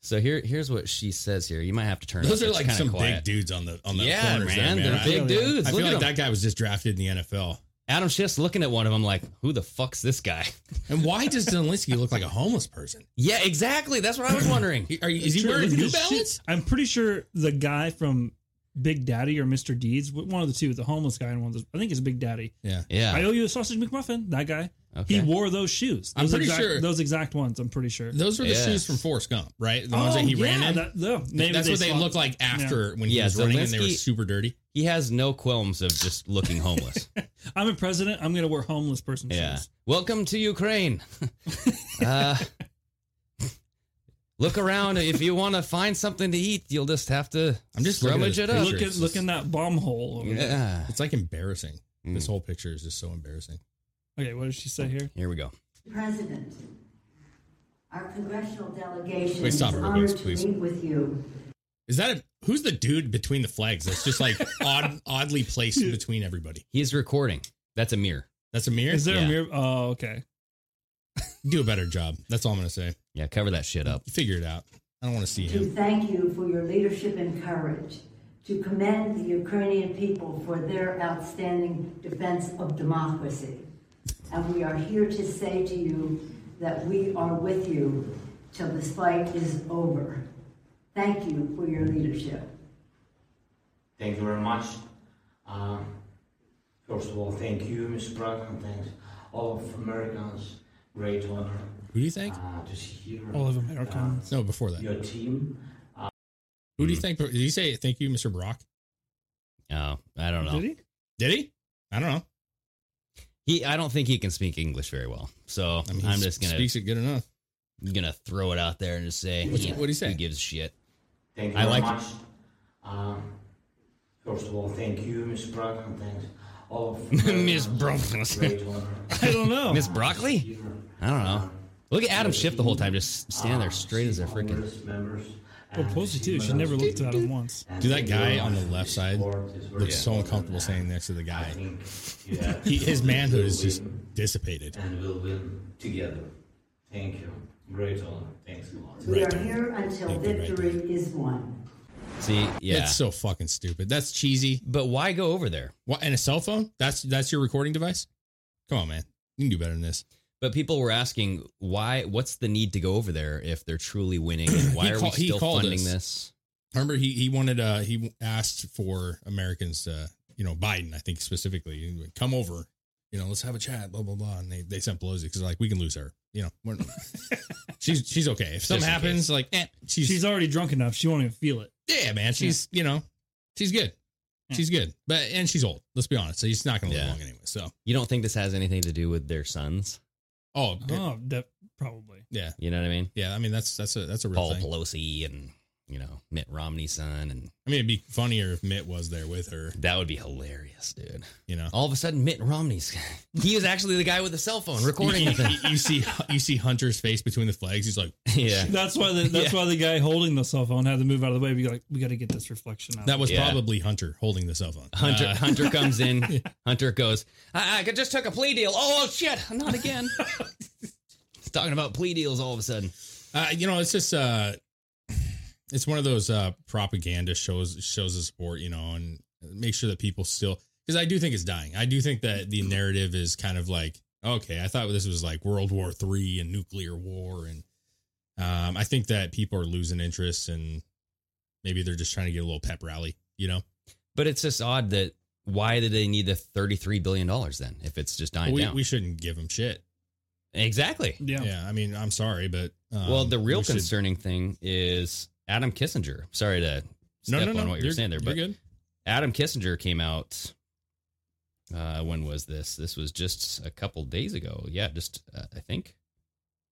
Speaker 7: so here, here's what she says here. You might have to turn. it
Speaker 8: Those
Speaker 7: up.
Speaker 8: are
Speaker 7: It's
Speaker 8: like
Speaker 7: kinda
Speaker 8: some
Speaker 7: quiet.
Speaker 8: big dudes on the on the
Speaker 7: Yeah,
Speaker 8: corners
Speaker 7: man,
Speaker 8: there,
Speaker 7: they're
Speaker 8: I-
Speaker 7: big
Speaker 8: I,
Speaker 7: dudes.
Speaker 8: I
Speaker 7: Look
Speaker 8: feel
Speaker 7: at
Speaker 8: like
Speaker 7: them.
Speaker 8: that guy was just drafted in the NFL.
Speaker 7: Adam Schiff's looking at one of them like, "Who the fuck's this guy?"
Speaker 8: And why does Zelensky look like a homeless person?
Speaker 7: Yeah, exactly. That's what I was wondering.
Speaker 8: He- Are you, is he
Speaker 9: Sure,
Speaker 8: wearing
Speaker 9: look at
Speaker 8: New
Speaker 9: this shit.
Speaker 8: Balance?
Speaker 9: I'm pretty sure the guy from Big Daddy or Mr. Deeds, one of the two, the homeless guy and one of the, I think it's Big Daddy.
Speaker 8: Yeah.
Speaker 9: I
Speaker 7: Yeah,
Speaker 9: owe you a sausage McMuffin. That guy.
Speaker 7: Ah. Okay.
Speaker 9: He wore those shoes.
Speaker 8: I'm
Speaker 9: Those
Speaker 8: pretty
Speaker 9: exact,
Speaker 8: sure-
Speaker 9: those exact ones. I'm pretty sure.
Speaker 8: Those were the
Speaker 7: Yes.
Speaker 8: shoes from Forrest Gump, right? The ones that he ran in.
Speaker 9: Oh, That, no, maybe
Speaker 8: That's what they
Speaker 9: swapped.
Speaker 8: look like after when he
Speaker 7: Yeah,
Speaker 8: was running and they were
Speaker 7: Zelensky-
Speaker 8: super dirty.
Speaker 7: he has no qualms of just looking homeless.
Speaker 9: Yeah. I'm a president. I'm gonna wear homeless person
Speaker 7: Yeah.
Speaker 9: shoes.
Speaker 7: Welcome to Ukraine. uh, look around. If you want to find something to eat, you'll just have to
Speaker 8: I'm just looking at
Speaker 7: rummage it
Speaker 8: this
Speaker 7: up.
Speaker 8: picture.
Speaker 9: Look at look in that bomb hole. Over there.
Speaker 7: Yeah.
Speaker 8: It's like embarrassing. This
Speaker 7: Mm.
Speaker 8: whole picture is just so embarrassing.
Speaker 9: Okay, what does she say here?
Speaker 7: Here we go.
Speaker 11: President, our congressional delegation
Speaker 8: Wait,
Speaker 11: is
Speaker 8: stop it,
Speaker 11: honored
Speaker 8: Rubens,
Speaker 11: to
Speaker 8: please.
Speaker 11: meet with you.
Speaker 8: Is that a, who's the dude between the flags that's just like odd, oddly placed in between everybody?
Speaker 7: He's recording. That's a mirror.
Speaker 8: That's a mirror.
Speaker 9: Is there
Speaker 7: Yeah.
Speaker 9: a mirror? Oh, okay.
Speaker 8: Do a better job. That's all I'm gonna say.
Speaker 7: Yeah, cover that shit up.
Speaker 8: You figure it out. I don't want to see
Speaker 11: To
Speaker 8: him.
Speaker 11: thank you for your leadership and courage, to commend the Ukrainian people for their outstanding defense of democracy. And we are here to say to you that we are with you till this fight is over. Thank you for your leadership.
Speaker 12: Thank you very much. Um, first of all, thank you, Mr. Bracken. Thanks all of Americans. Great honor.
Speaker 8: Who do you think?
Speaker 12: Uh, to hear
Speaker 9: All of Americans.
Speaker 8: No, before that.
Speaker 12: your team.
Speaker 11: uh,
Speaker 8: Who do you think? Did you say thank you, Mr. Brock?
Speaker 7: Oh, I don't know.
Speaker 9: Did he?
Speaker 8: Did he? I don't know.
Speaker 7: He, I don't think he can speak English very well. So
Speaker 8: I mean, he
Speaker 7: I'm just gonna
Speaker 8: speaks it good enough.
Speaker 7: gonna throw it out there and just say,
Speaker 8: What's-
Speaker 7: yeah,
Speaker 8: what'd he say?
Speaker 7: Who gives a shit?
Speaker 12: Thank you
Speaker 7: I
Speaker 12: very
Speaker 7: like.
Speaker 12: much. Um, first of all, thank you, Mr. Bracken. Thanks all of Americans.
Speaker 7: Miss Broccoli.
Speaker 12: Great honor.
Speaker 9: I don't know.
Speaker 7: Miss Broccoli? I don't know. Look at Adam Schiff the whole time, just standing there straight as a freaking.
Speaker 12: Congress members.
Speaker 9: Well, Posey too. She never looked at him once.
Speaker 8: Dude, that guy on the left side looks so uncomfortable standing next to the guy. He, his manhood is just dissipated.
Speaker 12: And we'll win together. Thank you. Great honor. Thanks a lot.
Speaker 11: We
Speaker 8: Right
Speaker 11: are
Speaker 8: on.
Speaker 11: here until
Speaker 8: Thank you, right
Speaker 11: victory is won.
Speaker 7: See, yeah.
Speaker 8: That's so fucking stupid. That's cheesy.
Speaker 7: But why go over there?
Speaker 8: What? And a cell phone? That's that's your recording device? Come on, man. You can do better than this.
Speaker 7: But people were asking why. What's the need to go over there if they're truly winning? And why
Speaker 8: He
Speaker 7: are
Speaker 8: call-
Speaker 7: we
Speaker 8: he
Speaker 7: still
Speaker 8: called
Speaker 7: funding
Speaker 8: us.
Speaker 7: this?
Speaker 8: Remember, he he wanted uh he asked for Americans to you know Biden, I think specifically, he would come over. You know, let's have a chat, blah blah blah. And they, they sent Pelosi because like we can lose her. You know, we're, she's she's okay. If something
Speaker 7: in
Speaker 8: happens, like eh, she's,
Speaker 9: She's already drunk enough. She won't even feel it.
Speaker 8: yeah, man, she's you know she's good, she's good, but and she's old. Let's be honest. So she's not gonna live
Speaker 7: Yeah.
Speaker 8: long anyway. So
Speaker 7: You don't think this has anything to do with their sons?
Speaker 8: oh
Speaker 9: Oh, that probably.
Speaker 8: yeah
Speaker 7: You know what I mean?
Speaker 8: yeah. I mean that's that's a that's a real
Speaker 7: Paul
Speaker 8: thing.
Speaker 7: Pelosi and you know Mitt Romney's son, and
Speaker 8: I mean it'd be funnier if Mitt was there with her.
Speaker 7: that would be hilarious, dude.
Speaker 8: You know.
Speaker 7: All of a sudden, Mitt Romney's he was actually the guy with the cell phone recording
Speaker 8: You,
Speaker 7: the thing.
Speaker 8: you- you see, you see Hunter's face between the flags. He's like,
Speaker 7: Yeah.
Speaker 9: That's why the that's why the guy holding the cell phone had to move out of the way. Be like, we got to get this reflection out.
Speaker 8: That was
Speaker 7: Yeah.
Speaker 8: probably Hunter holding the cell phone.
Speaker 7: Hunter
Speaker 8: Uh,
Speaker 7: Hunter comes in. Hunter goes, I, I just took a plea deal. Oh shit, not again. He's talking about plea deals all of a sudden.
Speaker 8: uh, you know, it's just uh, it's one of those uh, propaganda shows shows the support, you know, and make sure that people still because I do think it's dying. I do think that the narrative is kind of like, okay, I thought this was like World War Three and nuclear war, and um, I think that people are losing interest and maybe they're just trying to get a little pep rally, you know.
Speaker 7: But it's just odd that why did they need the thirty-three billion dollars then if it's just dying
Speaker 8: We,
Speaker 7: down?
Speaker 8: we shouldn't give them shit.
Speaker 7: exactly.
Speaker 9: yeah.
Speaker 8: Yeah. I mean, I'm sorry, but um,
Speaker 7: well, the real
Speaker 8: we should-
Speaker 7: concerning thing is Adam Kissinger. Sorry to
Speaker 8: No,
Speaker 7: step
Speaker 8: no, no.
Speaker 7: on what you're saying there,
Speaker 8: you're
Speaker 7: but
Speaker 8: good.
Speaker 7: Adam Kissinger came out. Uh, when was this? This was just a couple days ago. Yeah, just uh, I think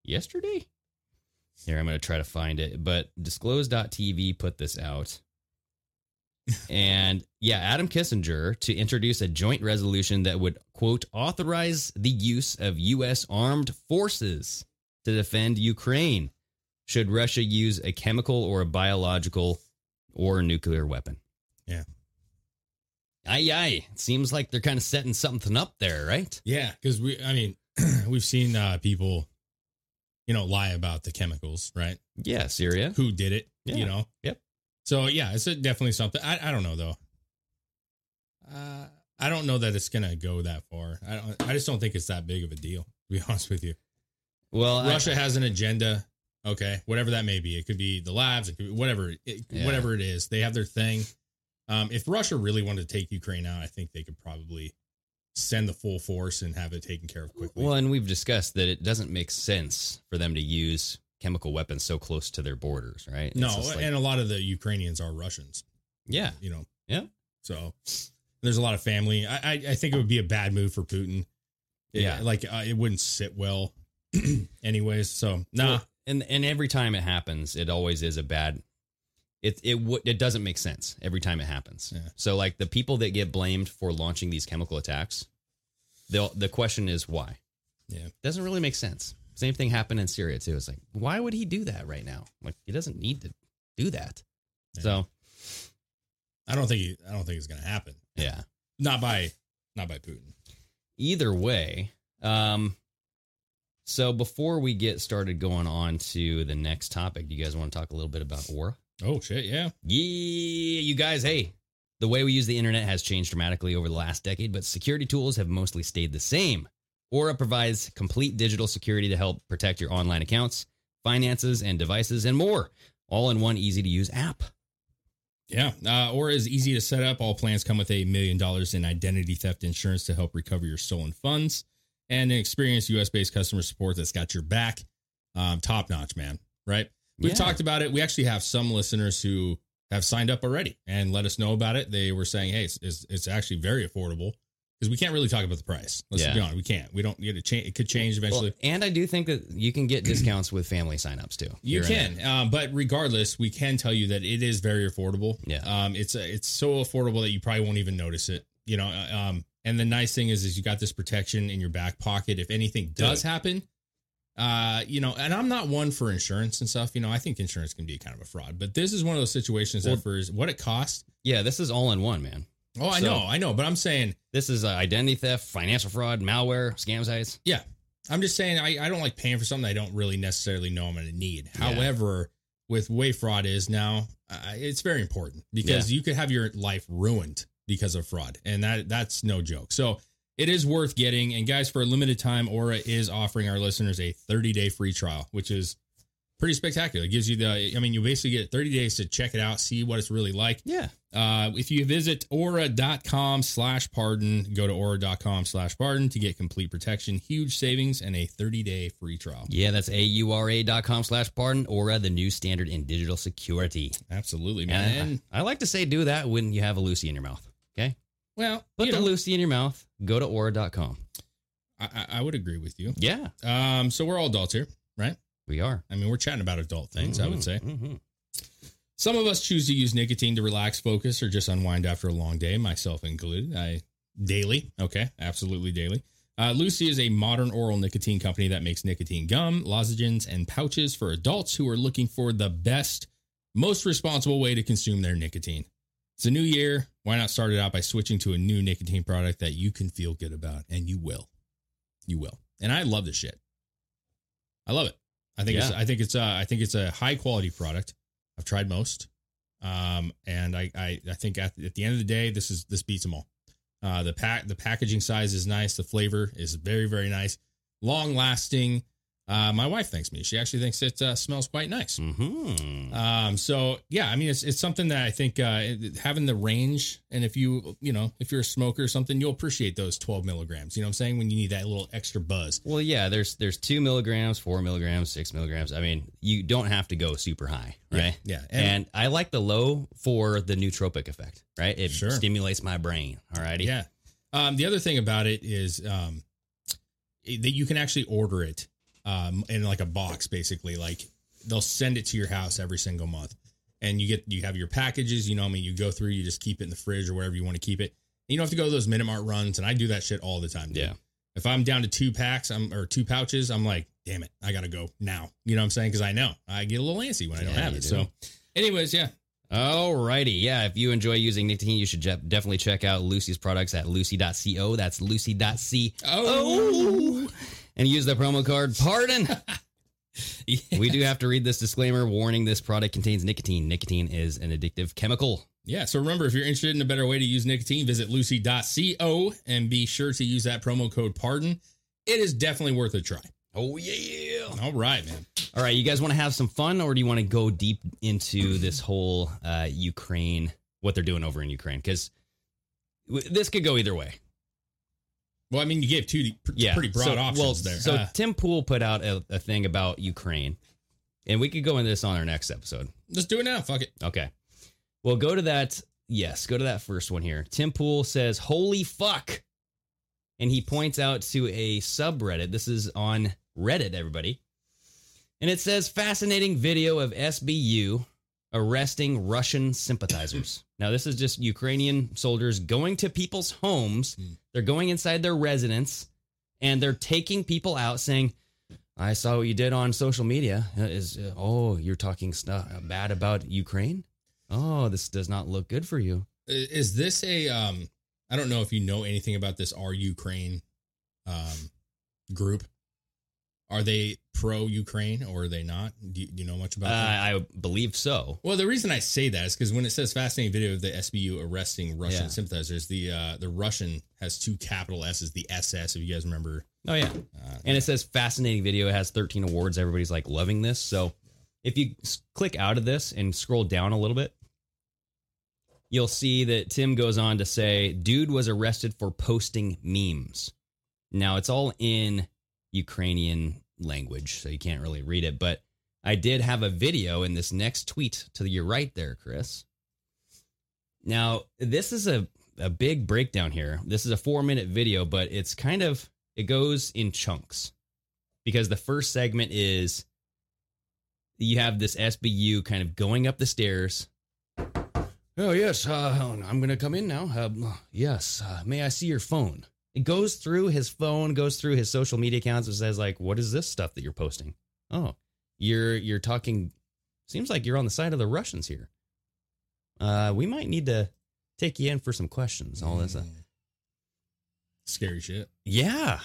Speaker 7: yesterday. Here, I'm going to try to find it. But Disclose.tv put this out. and yeah, Adam Kissinger to introduce a joint resolution that would, quote, authorize the use of U.S. armed forces to defend Ukraine should Russia use a chemical or a biological or nuclear weapon.
Speaker 8: Yeah.
Speaker 7: Aye, aye. It seems like they're kind of setting something up there, right?
Speaker 8: Yeah, because we, I mean, we've seen uh, people, you know, lie about the chemicals, right?
Speaker 7: Yeah, Syria.
Speaker 8: Who did it?
Speaker 7: Yeah.
Speaker 8: You know.
Speaker 7: Yep.
Speaker 8: So yeah, it's uh definitely something. I, I don't know though. Uh, I don't know that it's gonna go that far. I don't. I just don't think it's that big of a deal. To be honest with you,
Speaker 7: Well, I-
Speaker 8: Russia has an agenda. Okay, whatever that may be, it could be the labs, it could be whatever, it,
Speaker 7: Yeah.
Speaker 8: whatever it is. They have their thing. Um, if Russia really wanted to take Ukraine out, I think they could probably send the full force and have it taken care of quickly.
Speaker 7: Well, and we've discussed that it doesn't make sense for them to use chemical weapons so close to their borders, right? It's
Speaker 8: No,
Speaker 7: just like-
Speaker 8: and a lot of the Ukrainians are Russians,
Speaker 7: yeah,
Speaker 8: you know.
Speaker 7: Yeah.
Speaker 8: So there's a lot of family. I I, I think it would be a bad move for Putin. It-
Speaker 7: Yeah.
Speaker 8: Like uh, it wouldn't sit well. Anyways, so nah.
Speaker 7: Well, and and every time it happens, it always is a bad. It it would it doesn't make sense every time it happens.
Speaker 8: Yeah.
Speaker 7: So like the people that get blamed for launching these chemical attacks, the the question is why.
Speaker 8: Yeah.
Speaker 7: doesn't really make sense. Same thing happened in Syria too. It's like why would he do that right now? Like he doesn't need to do that.
Speaker 8: Yeah.
Speaker 7: So
Speaker 8: I don't think he, I don't think it's going to happen.
Speaker 7: yeah.
Speaker 8: Not by not by Putin.
Speaker 7: either way um so before we get started going on to the next topic do you guys want to talk a little bit about aura
Speaker 8: Oh shit, yeah.
Speaker 7: yeah you guys hey the way we use the internet has changed dramatically over the last decade but security tools have mostly stayed the same aura provides complete digital security to help protect your online accounts finances and devices and more all in one easy to use app
Speaker 8: Yeah. Uh, or is easy to set up. All plans come with a million dollars in identity theft insurance to help recover your stolen funds and an experienced US based customer support that's got your back. Um, Top notch, man. Right. We've
Speaker 7: Yeah.
Speaker 8: talked about it. We actually have some listeners who have signed up already and let us know about it. They were saying, hey, it's, it's, it's actually very affordable because we can't really talk about the price. Let's
Speaker 7: Yeah.
Speaker 8: be honest. We can't. We don't get a change. It could change eventually.
Speaker 7: Well, and I do think that you can get discounts with family signups too.
Speaker 8: You
Speaker 7: Here and there.
Speaker 8: can, um, but regardless, we can tell you that it is very affordable.
Speaker 7: Yeah.
Speaker 8: um, it's it's so affordable that you probably won't even notice it. You know, uh, um, and the nice thing is, is you got this protection in your back pocket if anything does happen. Uh, you know, and I'm not one for insurance and stuff. You know, I think insurance can be kind of a fraud, but this is one of those situations
Speaker 7: Well-
Speaker 8: that for what it costs.
Speaker 7: Yeah, this is all in one, man.
Speaker 8: Oh, I
Speaker 7: So-
Speaker 8: know, I know, but I'm saying,
Speaker 7: This is uh, identity theft, financial fraud, malware, scam sites.
Speaker 8: yeah, I'm just saying, I, I don't like paying for something I don't really necessarily know I'm going to need. However, with way fraud is now, uh, it's very important because you could have your life ruined because of fraud, and that that's no joke. So it is worth getting. And guys, for a limited time, Aura is offering our listeners a 30 day free trial, which is pretty spectacular. It gives you the, I mean, you basically get 30 days to check it out, see what it's really like.
Speaker 7: Yeah.
Speaker 8: Uh, if you visit aura.com slash pardon, go to aura.com slash pardon to get complete protection, huge savings, and a 30 day free trial.
Speaker 7: Yeah, that's aura dot com slash pardon, aura, the new standard in digital security.
Speaker 8: Absolutely, man.
Speaker 7: And I, I like to say do that when you have a Lucy in your mouth. Okay.
Speaker 8: well,
Speaker 7: Put
Speaker 8: you
Speaker 7: the
Speaker 8: know,
Speaker 7: Lucy in your mouth. Go to aura.com.
Speaker 8: I, I- I would agree with you.
Speaker 7: Yeah,
Speaker 8: Um, so we're all adults here, right?
Speaker 7: we are.
Speaker 8: I mean, we're chatting about adult things, I would say.
Speaker 7: hmm
Speaker 8: Some of us choose to use nicotine to relax, focus, or just unwind after a long day, myself included. I daily, okay, absolutely daily. Uh, Lucy is a modern oral nicotine company that makes nicotine gum, lozenges, and pouches for adults who are looking for the best, most responsible way to consume their nicotine. It's a new year. Why not start it out by switching to a new nicotine product that you can feel good about? And you will. You will. And I love this shit. I love it. I think it's
Speaker 7: Yeah.
Speaker 8: I think it's uh I think it's a high quality product. I've tried most. Um and I I, I think at, at the end of the day this is this beats them all. Uh the pack the packaging size is nice, the flavor is very very nice. Long lasting. Uh my wife thanks me. She actually thinks it uh, smells quite nice.
Speaker 7: hmm
Speaker 8: Um, so yeah, I mean, it's, it's something that I think, uh, it- having the range and if you, you know, if you're a smoker or something, you'll appreciate those 12 milligrams, you know what I'm saying? When you need that little extra buzz.
Speaker 7: Well, yeah, there's there's two milligrams, four milligrams, six milligrams. I mean, you don't have to go super high, right?
Speaker 8: Yeah.
Speaker 7: And, I like the low for the nootropic effect, right? It
Speaker 8: Sure.
Speaker 7: stimulates my brain. All righty.
Speaker 8: yeah. Um, the other thing about it is, um, it- that you can actually order it, um, in like a box, basically like they'll send it to your house every single month and you get, you have your packages, you know, what I mean, you go through, you just keep it in the fridge or wherever you want to keep it. You don't have to go to those Minute Mart runs. And I do that shit all the time. dude.
Speaker 7: Yeah.
Speaker 8: if I'm down to two packs, I'm or two pouches, I'm like, damn it, I gotta go now. You know what I'm saying? Because I know I get a little antsy when I don't
Speaker 7: Yeah,
Speaker 8: have
Speaker 7: you
Speaker 8: it.
Speaker 7: do.
Speaker 8: So, anyways, yeah,
Speaker 7: All righty. Yeah. If you enjoy using nicotine, you should je- definitely check out Lucy's products at lucy.co. That's lucy.co.
Speaker 8: Oh.
Speaker 7: And use the promo card pardon. We do have to read this disclaimer warning this product contains nicotine. Nicotine is an addictive chemical.
Speaker 8: yeah. So remember, if you're interested in a better way to use nicotine, visit lucy.co and be sure to use that promo code Pardon. It is definitely worth a try.
Speaker 7: Oh, yeah.
Speaker 8: All right, man.
Speaker 7: All right. You guys want to have some fun or do you want to go deep into this whole uh, Ukraine, what they're doing over in Ukraine? Because w- this could go either way.
Speaker 8: Well, I mean, you gave two pr-
Speaker 7: yeah,
Speaker 8: pretty broad
Speaker 7: so,
Speaker 8: options
Speaker 7: well,
Speaker 8: there.
Speaker 7: So
Speaker 8: Uh,
Speaker 7: Tim Pool put out a, a thing about Ukraine, and we could go into this on our next episode.
Speaker 8: let's do it now. Fuck it. Uh,
Speaker 7: Okay. Well, go to that. Yes, go to that first one here. Tim Pool says, "Holy fuck!" And he points out to a subreddit. This is on Reddit, everybody, and it says, "Fascinating video of SBU arresting Russian sympathizers." now, this is just Ukrainian soldiers going to people's homes. They're going inside their residence, and they're taking people out, saying, I saw what you did on social media. Uh, Is uh, oh, you're talking stuff bad about Ukraine? Oh, this does not look good for you.
Speaker 8: I- Is this a? Um, I don't know if you know anything about this. Are Ukraine, um, group? Are they pro Ukraine or are they not? Do you, do you know much
Speaker 7: Uh,
Speaker 8: about that?
Speaker 7: I believe so.
Speaker 8: Well, the reason I say that is because when it says fascinating video of the SBU arresting Russian
Speaker 7: Yeah.
Speaker 8: sympathizers, the uh, the Russian has two capital S's, the SS, if you guys remember.
Speaker 7: Oh yeah,
Speaker 8: Uh,
Speaker 7: and it says fascinating video. It has 13 awards. Everybody's like loving this. So if you s- click out of this and scroll down a little bit, you'll see that Tim goes on to say, dude was arrested for posting memes. Now, it's all in Ukrainian language, so you can't really read it, but I did have a video in this next tweet to your right there, Chris. Now, this is a, a big breakdown here. This is a four minute video, but it's kind of, it goes in chunks because the first segment is you have this SBU kind of going up the stairs. Oh, yes. Uh, I'm going to come in now. Uh, yes. Uh, may I see your phone? It goes through his phone, goes through his social media accounts and says like, what is this stuff that you're posting? Oh, you're, you're talking, seems like you're on the side of the Russians here. Uh, we might need to take you in for some questions. All this. uh,
Speaker 8: Mm. Scary shit.
Speaker 7: yeah.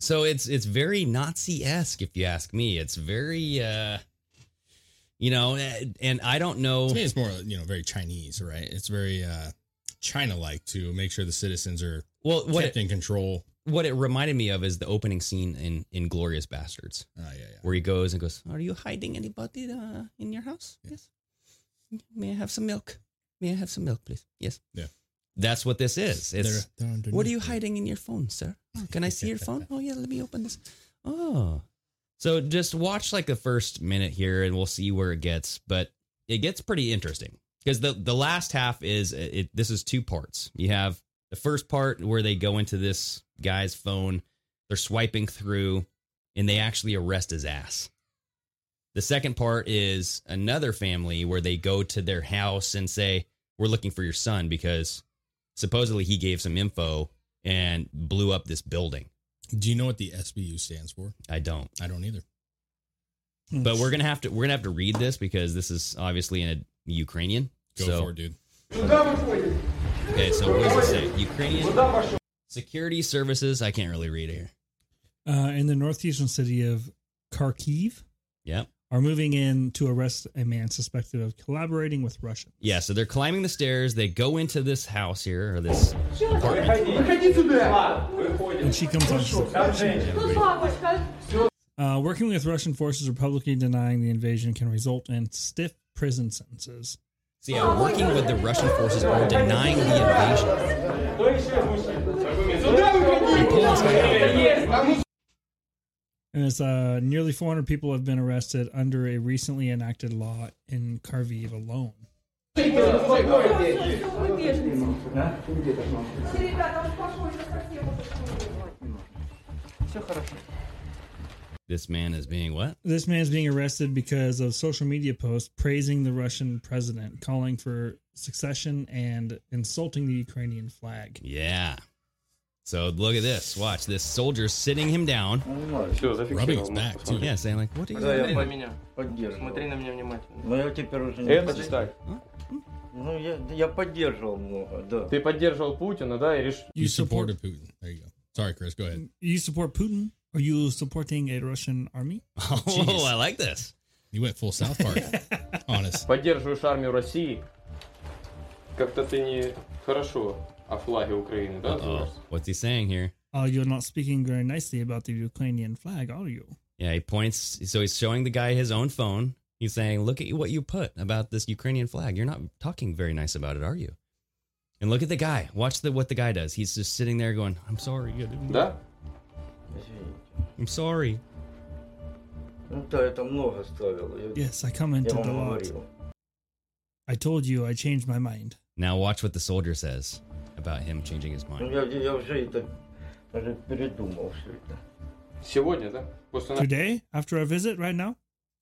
Speaker 7: So it's it's very Nazi-esque if you ask me. It's very uh you know, and- and I don't know
Speaker 8: To me, it's more you know very Chinese, right? It's very uh, China-like to make sure the citizens are
Speaker 7: well what
Speaker 8: kept
Speaker 7: it,
Speaker 8: in control.
Speaker 7: what it reminded me of is the opening scene in in Glorious Bastards
Speaker 8: Oh yeah, yeah.
Speaker 7: where he goes and goes, "Are you hiding anybody uh, in your house?" Yes. May I have some milk? May I have some milk, please? Yes.
Speaker 8: Yeah.
Speaker 7: That's what this is. It's
Speaker 8: They're- they're
Speaker 7: What are you
Speaker 8: underneath
Speaker 7: hiding in your phone, sir? Oh, can I see your phone? Oh yeah, let me open this. Oh. So just watch like the first minute here and we'll see where it gets, but it gets pretty interesting because the the last half is uh, it this is two parts. You have the first part where they go into this guy's phone, they're swiping through and they actually arrest his ass. The second part is another family where they go to their house and say, "We're looking for your son because supposedly he gave some info and blew up this building."
Speaker 8: Do you know what the SBU stands for?
Speaker 7: I don't.
Speaker 8: I don't either.
Speaker 9: Hmm.
Speaker 7: But we're going to have to we're going to have to read this because this is obviously in a Ukrainian.
Speaker 8: Go
Speaker 7: so,
Speaker 8: for it, dude.
Speaker 7: Okay, so what does it say? Ukrainian Security Services. I can't really read it here.
Speaker 9: Uh, in the northeastern city of Kharkiv
Speaker 7: Yep.
Speaker 9: are moving in to arrest a man suspected of collaborating with Russia.
Speaker 7: Yeah, so they're climbing the stairs. They go into this house here or this apartment.
Speaker 9: And she comes on. Uh, working with Russian forces, Republican denying the invasion can result in stiff prison sentences.
Speaker 7: So yeah, working with the Russian forces or denying the invasion.
Speaker 9: And it's uh, nearly 400 people have been arrested under a recently enacted law in Kharkiv alone.
Speaker 7: This man is being what?
Speaker 9: This man's being arrested because of social media posts praising the Russian president, calling for secession, and insulting the Ukrainian flag.
Speaker 7: Yeah. So look at this. Watch this soldier sitting him down.
Speaker 8: Rubbing his back too.
Speaker 7: Yeah, saying like, "What are you doing?"
Speaker 10: Смотри на меня внимательно.
Speaker 13: Но я теперь уже не...
Speaker 14: Это
Speaker 13: поди-
Speaker 14: так.
Speaker 13: Ну, я, я поддерживал много, да.
Speaker 14: Ты поддерживал Путина, да, и решил...
Speaker 8: You supported Putin. There you go. Sorry, Chris. Go ahead.
Speaker 9: You support Putin? Are you supporting a Russian army?
Speaker 7: Oh, I like this.
Speaker 8: You went full South Park on us.
Speaker 14: Поддерживаешь армию России. Как-то ты не хорошо о флаге Украины, да?
Speaker 7: Uh-oh. What's he saying here?
Speaker 9: Uh, you're not speaking very nicely about the Ukrainian flag, are you?
Speaker 7: Yeah, he points. So he's showing the guy his own phone. He's saying, "Look at what you put about this Ukrainian flag. You're not talking very nice about it, are you?" And look at the guy. Watch the what the guy does. He's just sitting there going, "I'm sorry, I didn't know.
Speaker 14: Да?
Speaker 7: I'm sorry."
Speaker 13: Ну, да, это много ставил. Я,
Speaker 9: Yes, I
Speaker 13: я
Speaker 9: commented a
Speaker 13: вам
Speaker 9: lot.
Speaker 13: говорил.
Speaker 9: I told you I changed my mind.
Speaker 7: Now watch what the soldier says about him changing his
Speaker 13: Ну,
Speaker 7: mind.
Speaker 13: я, я уже это уже передумал все это.
Speaker 14: Сегодня, да? После
Speaker 9: Today, after a visit right now?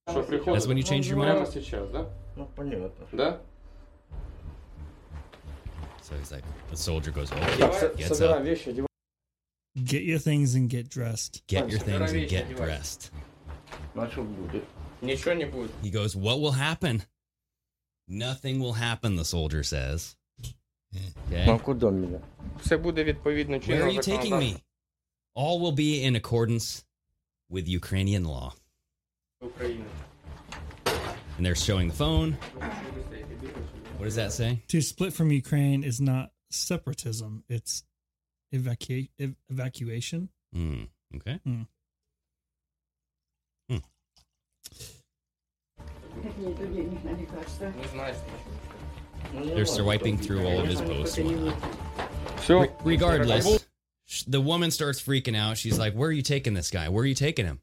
Speaker 14: нашего прихода.
Speaker 7: That's when you change your
Speaker 14: Прямо
Speaker 7: mind.
Speaker 14: сейчас, да?
Speaker 13: Ну, понятно.
Speaker 14: Да?
Speaker 7: So he's like, the soldier goes, "Okay,
Speaker 14: Давай,
Speaker 7: gets
Speaker 14: собираем
Speaker 7: up,
Speaker 14: вещи, одеваем.
Speaker 9: Get your things and get dressed.
Speaker 7: get your things, and get dressed."
Speaker 13: Ну, а что будет?
Speaker 14: Ничего не будет.
Speaker 7: He goes, What will happen? Nothing will happen, the soldier says.
Speaker 13: Ну, а
Speaker 7: Okay.
Speaker 13: куда меня?
Speaker 14: Все буде відповідно
Speaker 7: Where are
Speaker 14: чинного
Speaker 7: you taking
Speaker 14: законодавства
Speaker 7: me? All will be in accordance with Ukrainian law.
Speaker 14: України.
Speaker 7: And they're showing the phone. What does that say?
Speaker 9: To split from Ukraine is not separatism, it's evacu- ev- evacuation.
Speaker 7: Hmm. Okay.
Speaker 9: Hmm.
Speaker 14: Не знаєш нічого.
Speaker 7: They're swiping through all of his posts. and whatnot.
Speaker 14: Все.
Speaker 7: Regardless, sh- the woman starts freaking out. She's like, "Where are you taking this guy? Where are you taking him?"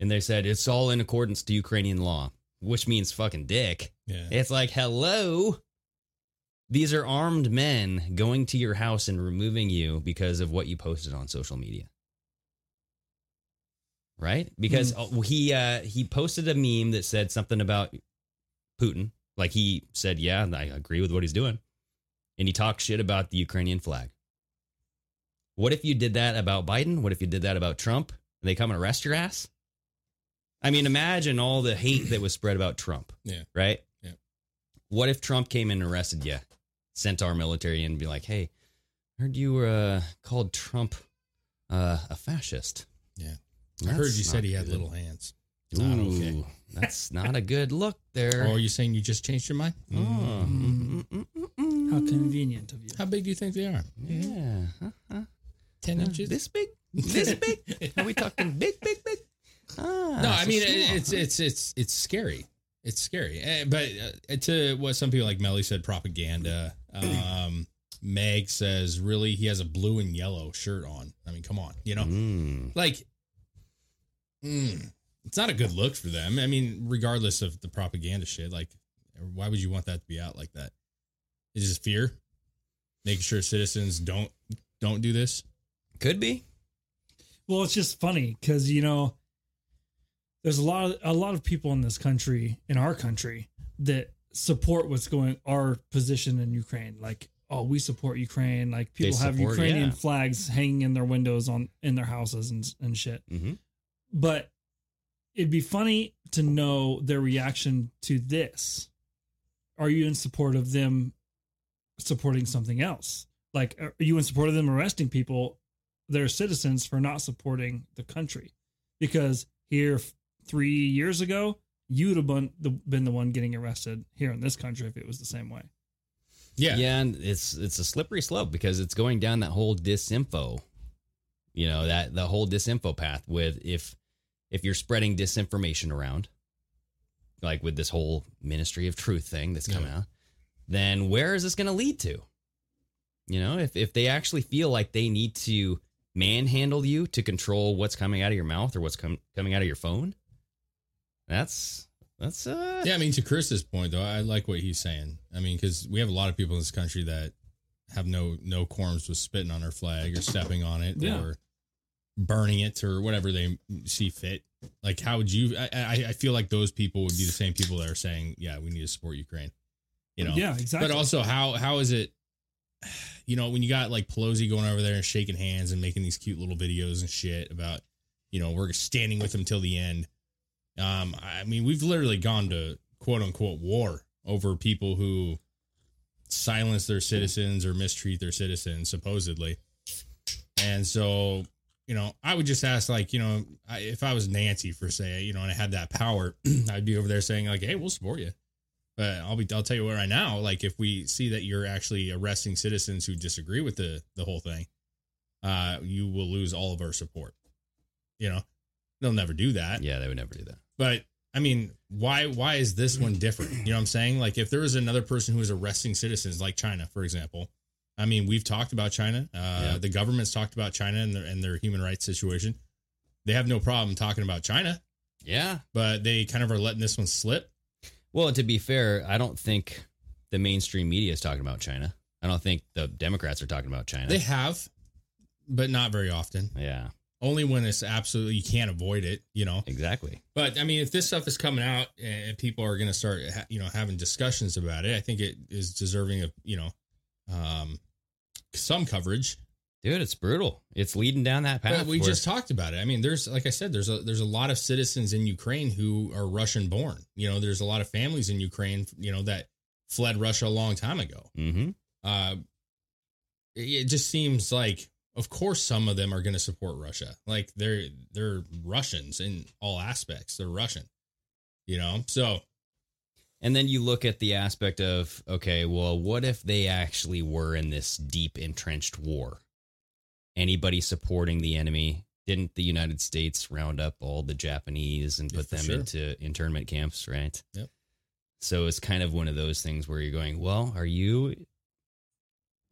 Speaker 7: And they said, "It's all in accordance to Ukrainian law," which means fucking dick.
Speaker 8: Yeah.
Speaker 7: It's like, "Hello, these are armed men going to your house and removing you because of what you posted on social media." Right? Because uh, he uh, he posted a meme that said something about Putin. Like he said, "Yeah, and I agree with what he's doing," and he talked shit about the Ukrainian flag. What if you did that about Biden? What if you did that about Trump? And they come and arrest your ass? I mean, imagine all the hate that was spread about Trump,
Speaker 8: Yeah.
Speaker 7: right?
Speaker 8: Yeah.
Speaker 7: What if Trump came in and arrested you, sent our military in and be like, hey, heard you uh, called Trump uh, a fascist.
Speaker 8: Yeah. I heard
Speaker 7: That's
Speaker 8: you said
Speaker 7: not
Speaker 8: he had
Speaker 7: good.
Speaker 8: little hands. It's not okay.
Speaker 7: Ooh, that's not a good look there.
Speaker 8: Or are you Oh, Mm-hmm. saying you just changed your mind?
Speaker 7: Oh.
Speaker 9: How convenient of you.
Speaker 8: How big do you think they are?
Speaker 7: Yeah. huh?
Speaker 8: 10
Speaker 7: Uh,
Speaker 8: inches?
Speaker 7: This big? This big? Are we talking big, big, big? Ah,
Speaker 8: no, I
Speaker 7: so
Speaker 8: mean it-
Speaker 7: small,
Speaker 8: it's
Speaker 7: huh?
Speaker 8: it's it's it's scary. It's scary. Eh, But uh, to what some people like Melly said, propaganda. Um, Meg says, really, he has a blue and yellow shirt on. I mean, come on, you know, like, mm, it's not a good look for them. I mean, regardless of the propaganda shit, like, why would you want that to be out like that? Is this fear? Making sure citizens don't don't do this.
Speaker 7: Could be.
Speaker 9: Well, it's just funny because you know, there's a lot of a lot of people in this country, in our country, that support what's going our position in Ukraine. Like, oh, we support Ukraine. Like
Speaker 7: They
Speaker 9: people have
Speaker 7: support-
Speaker 9: Ukrainian
Speaker 7: yeah.
Speaker 9: flags hanging in their windows on in their houses and and shit.
Speaker 7: Mhm.
Speaker 9: But it'd be funny to know their reaction to this. Are you in support of them supporting something else? Like, are you in support of them arresting people, their citizens, for not supporting the country? Because here, f- three years ago, you'd have been the, been the one getting arrested here in this country if it was the same way.
Speaker 8: Yeah.
Speaker 7: yeah and it's it's a slippery slope because it's going down that whole disinfo you know that the whole disinfo path with if if you're spreading disinformation around like with this whole ministry of truth thing that's coming out then where is this going to lead to you know if if they actually feel like they need to manhandle you to control what's coming out of your mouth or what's com- coming out of your phone that's that's uh
Speaker 8: Yeah, I mean, to Chris's point though, I like what he's saying. I mean, because we have a lot of people in this country that have no no quorums with spitting on our flag or stepping on it
Speaker 9: Yeah.
Speaker 8: or burning it or whatever they see fit. Like, how would you? I, I I feel like those people would be the same people that are saying, "Yeah, we need to support Ukraine." You know?
Speaker 9: Yeah, exactly.
Speaker 8: But also, how how is it? You know, when you got like Pelosi going over there and shaking hands and making these cute little videos and shit about, you know, we're standing with them till the end. Um, I mean, we've literally gone to quote unquote war over people who silence their citizens or mistreat their citizens, supposedly. And so, you know, I would just ask, like, you know, I, if I was Nancy for say, you know, and I had that power, I'd be over there saying, like, hey, we'll support you. But I'll be, I'll tell you what, right now, like, if we see that you're actually arresting citizens who disagree with the the whole thing, uh, you will lose all of our support. You know, they'll never do that.
Speaker 7: yeah they would never do that
Speaker 8: But I mean, why why is this one different? You know what I'm saying? Like if there was another person who was arresting citizens, like China, for example. I mean, we've talked about China. Uh,
Speaker 7: Yeah.
Speaker 8: The government's talked about China and their and their human rights situation. They have no problem talking about China,
Speaker 7: yeah
Speaker 8: but they kind of are letting this one slip.
Speaker 7: Well, to be fair, I don't think the mainstream media is talking about China. I don't think the Democrats are talking about China.
Speaker 8: They have, but not very often.
Speaker 7: yeah,
Speaker 8: Only when it's absolutely you can't avoid it. You know,
Speaker 7: exactly.
Speaker 8: But I mean, if this stuff is coming out and people are going to start, ha- you know, having discussions about it, I think it is deserving of, you know, um, some coverage.
Speaker 7: Dude, it's brutal. It's leading down that path.
Speaker 8: But we
Speaker 7: where-
Speaker 8: just talked about it. I mean, there's, like I said, there's a there's a lot of citizens in Ukraine who are Russian born. You know, there's a lot of families in Ukraine, you know, that fled Russia a long time ago.
Speaker 7: Mhm.
Speaker 8: Uh, it- it just seems like, of course, some of them are going to support Russia. Like they're they're Russians in all aspects. They're Russian. You know, so
Speaker 7: And then you look at the aspect of okay, well, what if they actually were in this deep entrenched war? Anybody supporting the enemy? Didn't the United States round up all the Japanese and
Speaker 8: Yeah,
Speaker 7: put
Speaker 8: for
Speaker 7: them
Speaker 8: sure.
Speaker 7: into internment camps? Right.
Speaker 8: Yep.
Speaker 7: So it's kind of one of those things where you're going, well, are you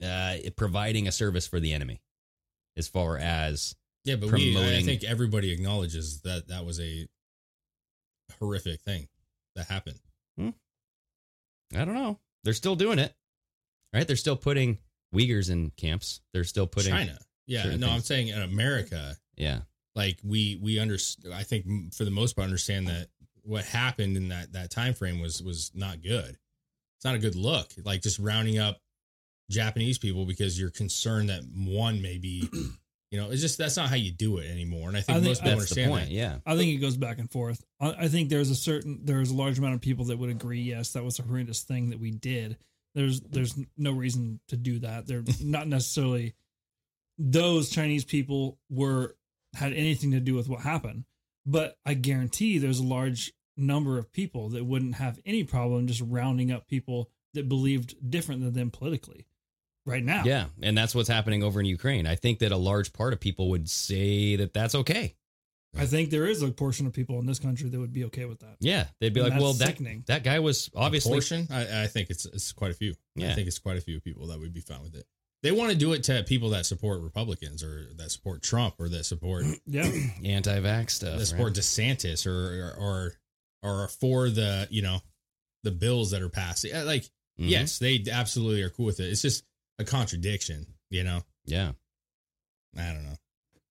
Speaker 7: uh, providing a service for the enemy as far as
Speaker 8: Yeah, but we, I- I think everybody acknowledges that that was a horrific thing that happened.
Speaker 7: I don't know. They're still doing it, right? They're still putting Uyghurs in camps. They're still putting
Speaker 8: China. Yeah,
Speaker 7: certain
Speaker 8: no, I'm
Speaker 7: things-
Speaker 8: saying in America,
Speaker 7: yeah,
Speaker 8: like we we under I think m- for the most part understand that what happened in that that time frame was was not good. It's not a good look. Like just rounding up Japanese people because you're concerned that one may be, you know, it's just that's not how you do it anymore. And I think, most people understand that.
Speaker 9: I think it goes back and forth. I, I think there's a certain there's a large amount of people that would agree. Yes, that was a horrendous thing that we did. There's there's no reason to do that. They're not necessarily those Chinese people were had anything to do with what happened. But I guarantee there's a large number of people that wouldn't have any problem just rounding up people that believed different than them politically right now.
Speaker 7: Yeah, and that's what's happening over in Ukraine. I think that a large part of people would say that that's okay.
Speaker 9: I think there is a portion of people in this country that would be okay with that.
Speaker 7: Yeah, they'd be
Speaker 9: And
Speaker 7: like,
Speaker 9: that's
Speaker 7: "Well, that
Speaker 9: sickening.
Speaker 7: that guy was obviously
Speaker 8: Portion, I, I think it's it's quite a few.
Speaker 7: Yeah.
Speaker 8: I think it's quite a few people that would be fine with it. They want to do it to people that support Republicans or that support Trump or that support
Speaker 9: yeah
Speaker 7: anti-vax stuff."
Speaker 8: that support DeSantis or or or are for the you know the bills that are passed. Yeah, Like
Speaker 7: Mhm.
Speaker 8: yes, they absolutely are cool with it. It's just a contradiction, you know.
Speaker 7: Yeah.
Speaker 8: I don't know.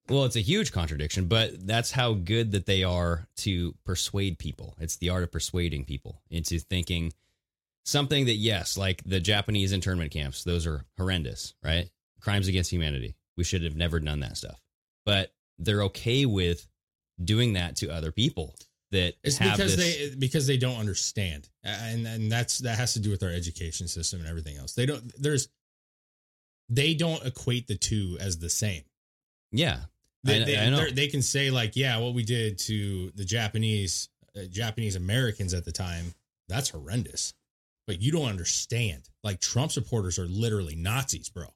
Speaker 7: Well, it's a huge contradiction, but that's how good that they are to persuade people. It's the art of persuading people into thinking something that, yes, like the Japanese internment camps, those are horrendous, right? Crimes against humanity. We should have never done that stuff. But they're okay with doing that to other people that
Speaker 8: It's
Speaker 7: have
Speaker 8: because
Speaker 7: this-
Speaker 8: they because they don't understand, and and that's that has to do with our education system and everything else. They don't there's they don't equate the two as the same.
Speaker 7: yeah.
Speaker 8: They
Speaker 7: I-
Speaker 8: they,
Speaker 7: I know.
Speaker 8: they're- they can say like, yeah, what we did to the Japanese uh, Japanese Americans at the time, that's horrendous. But you don't understand. Like Trump supporters are literally Nazis, bro.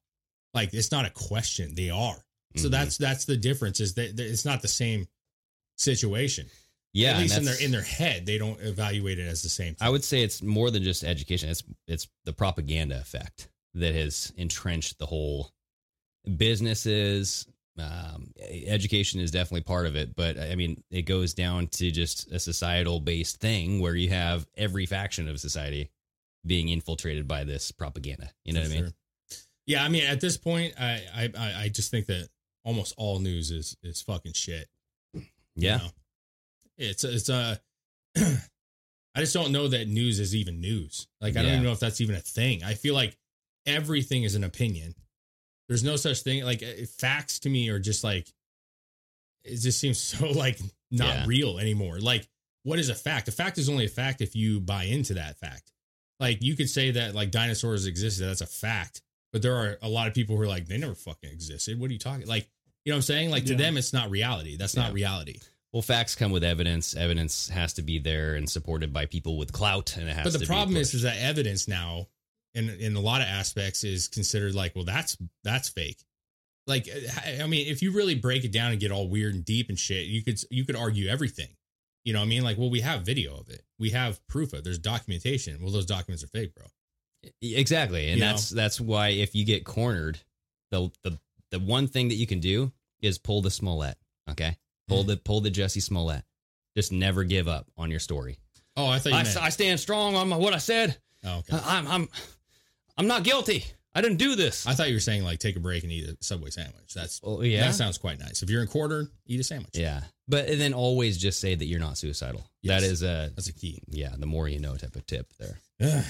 Speaker 8: Like it's not a question. They are. So
Speaker 7: Mhm.
Speaker 8: that's that's the difference. Is that that it's not the same situation.
Speaker 7: Yeah,
Speaker 8: at
Speaker 7: and
Speaker 8: least in their
Speaker 7: that's-
Speaker 8: in their head, they don't evaluate it as the same.
Speaker 7: I would say it's more than just education. It's it's the propaganda effect that has entrenched the whole businesses. Um, education is definitely part of it, but I mean, it goes down to just a societal based thing where you have every faction of society being infiltrated by this propaganda. You know
Speaker 8: For
Speaker 7: what I mean?
Speaker 8: sure. Yeah, I mean, at this point, I I I- I just think that almost all news is is fucking shit. you
Speaker 7: Yeah.
Speaker 8: know? it's it's uh, I just don't know that news is even news. Like I don't
Speaker 7: Yeah.
Speaker 8: even know if that's even a thing. I feel like everything is an opinion. There's no such thing. Like eh, facts to me are just like it just seems so like not
Speaker 7: Yeah.
Speaker 8: real anymore. Like what is a fact? A fact is only a fact if you buy into that fact. Like you could say that like dinosaurs existed, that's a fact. But there are a lot of people who are like, they never fucking existed. What are you talking? Like, you know what I'm saying? Like to
Speaker 7: Yeah.
Speaker 8: them, it's not reality. That's not
Speaker 7: Yeah.
Speaker 8: reality.
Speaker 7: Well, facts come with evidence. Evidence has to be there and supported by people with clout, and it has.
Speaker 8: But
Speaker 7: to
Speaker 8: the
Speaker 7: be
Speaker 8: problem
Speaker 7: pushed.
Speaker 8: is, is that evidence now, in in a lot of aspects, is considered like, well, that's that's fake. Like, uh, I- I mean, if you really break it down and get all weird and deep and shit, you could you could argue everything. You know what I mean? Like, well, we have video of it. We have proof of. It. There's documentation. Well, those documents are fake, bro.
Speaker 7: E, Exactly, and
Speaker 8: You
Speaker 7: that's that's why if you get cornered, the the the one thing that you can do is pull the Smollett. Okay, pull
Speaker 8: Mm.
Speaker 7: the pull the Jesse Smollett. Just never give up on your story.
Speaker 8: Oh, I thought you
Speaker 7: I,
Speaker 8: meant.
Speaker 7: I uh, stand strong on my, what I said.
Speaker 8: oh, okay.
Speaker 7: I, I'm I'm I'm not guilty. I didn't do this.
Speaker 8: I thought you were saying like take a break and eat a Subway sandwich. That's
Speaker 7: Well, Oh, yeah.
Speaker 8: That sounds quite nice. If you're in quarter, eat a sandwich.
Speaker 7: Yeah, but and then always just say that you're not suicidal.
Speaker 8: Yes.
Speaker 7: That is a
Speaker 8: That's a key.
Speaker 7: yeah. The more you know type of tip there.
Speaker 8: Ugh.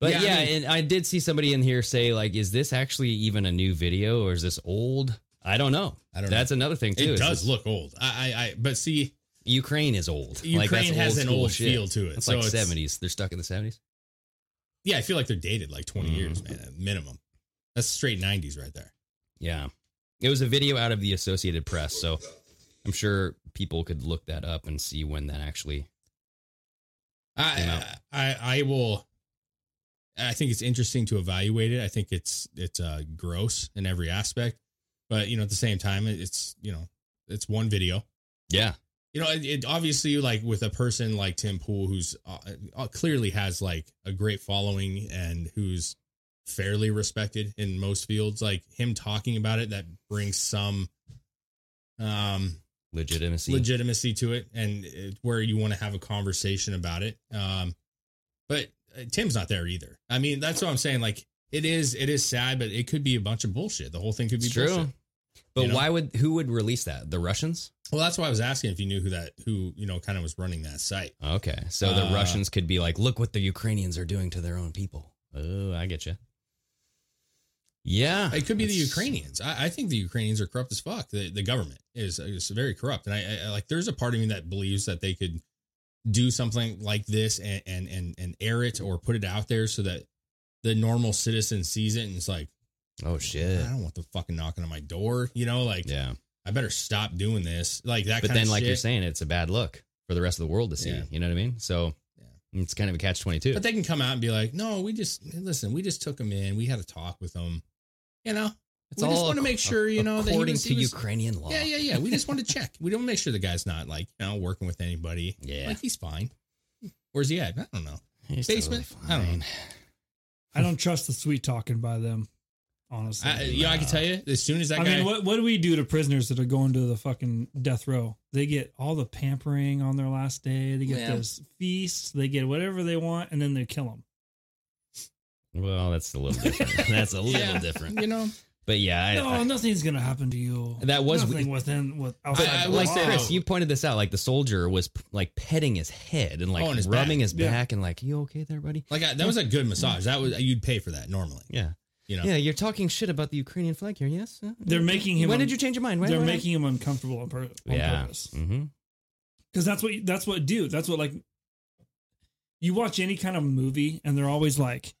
Speaker 7: But
Speaker 8: Yeah,
Speaker 7: yeah,
Speaker 8: I mean-
Speaker 7: and I did see somebody in here say like, "Is this actually even a new video or is this old?" I don't know.
Speaker 8: I don't know.
Speaker 7: That's another thing too.
Speaker 8: It
Speaker 7: is
Speaker 8: does
Speaker 7: this-
Speaker 8: look old. I, I, I but see,
Speaker 7: Ukraine is old. Like, that's
Speaker 8: Ukraine has an
Speaker 7: school
Speaker 8: old
Speaker 7: shit.
Speaker 8: feel to it.
Speaker 7: It's
Speaker 8: so
Speaker 7: like
Speaker 8: it's-
Speaker 7: seventies. They're stuck in the seventies.
Speaker 8: yeah, I feel like they're dated like 20 years, man, at minimum. That's straight 90s right there.
Speaker 7: Yeah, it was a video out of the Associated Press, so I'm sure people could look that up and see when that actually. Came out.
Speaker 8: I, I, I will. I think it's interesting to evaluate it. I think it's it's uh, gross in every aspect, but you know at the same time it- it's you know it's one video.
Speaker 7: Yeah,
Speaker 8: you know, it, it obviously like with a person like Tim Pool, who's uh, uh, clearly has like a great following and who's fairly respected in most fields, like him talking about it, that brings some um
Speaker 7: legitimacy
Speaker 8: legitimacy to it, and it, where you want to have a conversation about it. Um, but uh, Tim's not there either. I mean, that's what I'm saying. Like, it is it is sad, but it could be a bunch of bullshit. The whole thing could be
Speaker 7: It's true.
Speaker 8: bullshit.
Speaker 7: But
Speaker 8: You know?
Speaker 7: why would who would release that? The Russians?
Speaker 8: Well, that's why I was asking if you knew who that who you know kind of was running that site.
Speaker 7: Okay, so the
Speaker 8: Uh,
Speaker 7: Russians could be like, look what the Ukrainians are doing to their own people. Oh, I get you. Yeah,
Speaker 8: It could be the
Speaker 7: it's-
Speaker 8: Ukrainians. I, I think the Ukrainians are corrupt as fuck. The, the government is is very corrupt, and I, I- I like. There's a part of me that believes that they could do something like this and and and, and air it or put it out there so that the normal citizen sees it and it's like,
Speaker 7: Oh shit.
Speaker 8: I don't want the fucking knocking on my door. You know, like
Speaker 7: Yeah,
Speaker 8: I better stop doing this. Like that.
Speaker 7: but
Speaker 8: kind
Speaker 7: then
Speaker 8: of
Speaker 7: like you're
Speaker 8: shit.
Speaker 7: saying, it's a bad look for the rest of the world to see.
Speaker 8: Yeah.
Speaker 7: You know what I mean? So it's kind of a catch twenty two.
Speaker 8: But they can come out and be like, no, we just listen. We just took him in. We had a talk with him. You know,
Speaker 7: It's
Speaker 8: we just
Speaker 7: all
Speaker 8: want to make sure you know that he
Speaker 7: according
Speaker 8: was, he
Speaker 7: to
Speaker 8: was-
Speaker 7: Ukrainian law.
Speaker 8: Yeah, yeah, yeah. We just want to check. We don't make sure the guy's not like you know working with anybody.
Speaker 7: Yeah.
Speaker 8: like he's fine. Where's he at? I don't know. Basement. I don't know.
Speaker 9: I don't trust the sweet talking by them, honestly.
Speaker 8: I, you know, I can tell you as soon as that
Speaker 9: I
Speaker 8: guy.
Speaker 9: mean, what what do we do to prisoners that are going to the fucking death row? They get all the pampering on their last day. They get
Speaker 8: Yeah.
Speaker 9: those feasts. They get whatever they want, and then they kill them.
Speaker 7: Well, that's a little different. that's a little different.
Speaker 8: You know,
Speaker 7: But yeah, I,
Speaker 9: no,
Speaker 7: I-
Speaker 9: nothing's gonna happen to you.
Speaker 7: That was-
Speaker 9: nothing within with outside.
Speaker 7: I
Speaker 9: the
Speaker 7: like
Speaker 9: law.
Speaker 7: Chris, you pointed this out. Like the soldier was p- like petting his head and like
Speaker 8: Oh, and his
Speaker 7: rubbing
Speaker 8: back.
Speaker 7: his
Speaker 8: Yeah.
Speaker 7: back and like, "You okay there, buddy?"
Speaker 8: like I, that was a good massage. That was you'd pay for that normally.
Speaker 7: Yeah.
Speaker 8: You know.
Speaker 7: Yeah, you're talking shit about the Ukrainian flag here. Yes, Uh,
Speaker 9: They're making him.
Speaker 7: When
Speaker 9: un-
Speaker 7: did you change your mind? Why-
Speaker 9: they're
Speaker 7: why-
Speaker 9: making him uncomfortable on, pur- on
Speaker 7: Yeah.
Speaker 9: purpose.
Speaker 7: Mm-hmm.
Speaker 9: because that's what that's what do that's what like you watch any kind of movie and they're always like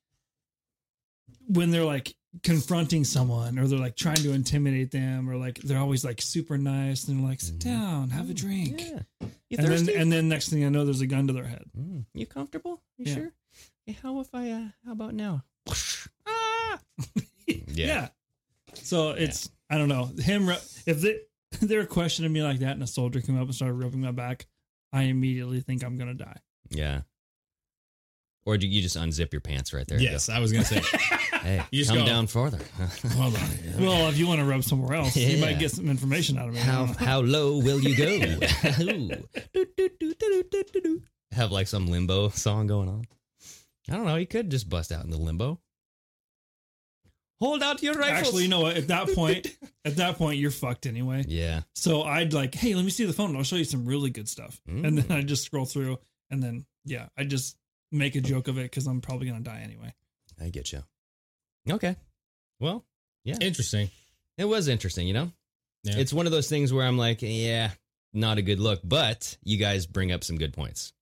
Speaker 9: when they're like confronting someone or they're like trying to intimidate them or like they're always like super nice and they're like sit
Speaker 7: Mm-hmm.
Speaker 9: down have a drink
Speaker 7: You
Speaker 9: and then
Speaker 7: thirsty? Mm.
Speaker 9: and then next thing i know there's a gun to their head
Speaker 7: You comfortable? You
Speaker 9: Yeah.
Speaker 7: sure? Yeah, how if I? Uh, how about now? Ah!
Speaker 9: yeah, so it's i don't know him ru- if they they're questioning me like that and a soldier came up and started rubbing my back i immediately think i'm gonna die
Speaker 7: Yeah. Or do you just unzip your pants right there? and
Speaker 8: Yes, I was gonna say.
Speaker 7: Go, hey,
Speaker 8: You just
Speaker 7: come
Speaker 8: go-
Speaker 7: down farther.
Speaker 8: Hold on.
Speaker 9: well if you want to rub somewhere else you
Speaker 7: Yeah.
Speaker 9: might get some information out of me I
Speaker 7: how
Speaker 9: don't know.
Speaker 7: how low will you go? Ooh. Have like some limbo song going on. I don't know. You could just bust out in the limbo. Hold out your rifles.
Speaker 9: Actually, you know what? At that point, at that point, you're fucked anyway.
Speaker 7: Yeah.
Speaker 9: So I'd like, hey, let me see the phone. I'll show you some really good stuff. And
Speaker 8: Mm.
Speaker 9: then I just scroll through, and then yeah, I just make a joke of it because I'm probably gonna die anyway.
Speaker 7: I get you. Okay. Well, yeah.
Speaker 8: Interesting.
Speaker 7: It was interesting, you know?
Speaker 8: Yeah.
Speaker 7: It's one of those things where I'm like, yeah, not a good look, but you guys bring up some good points.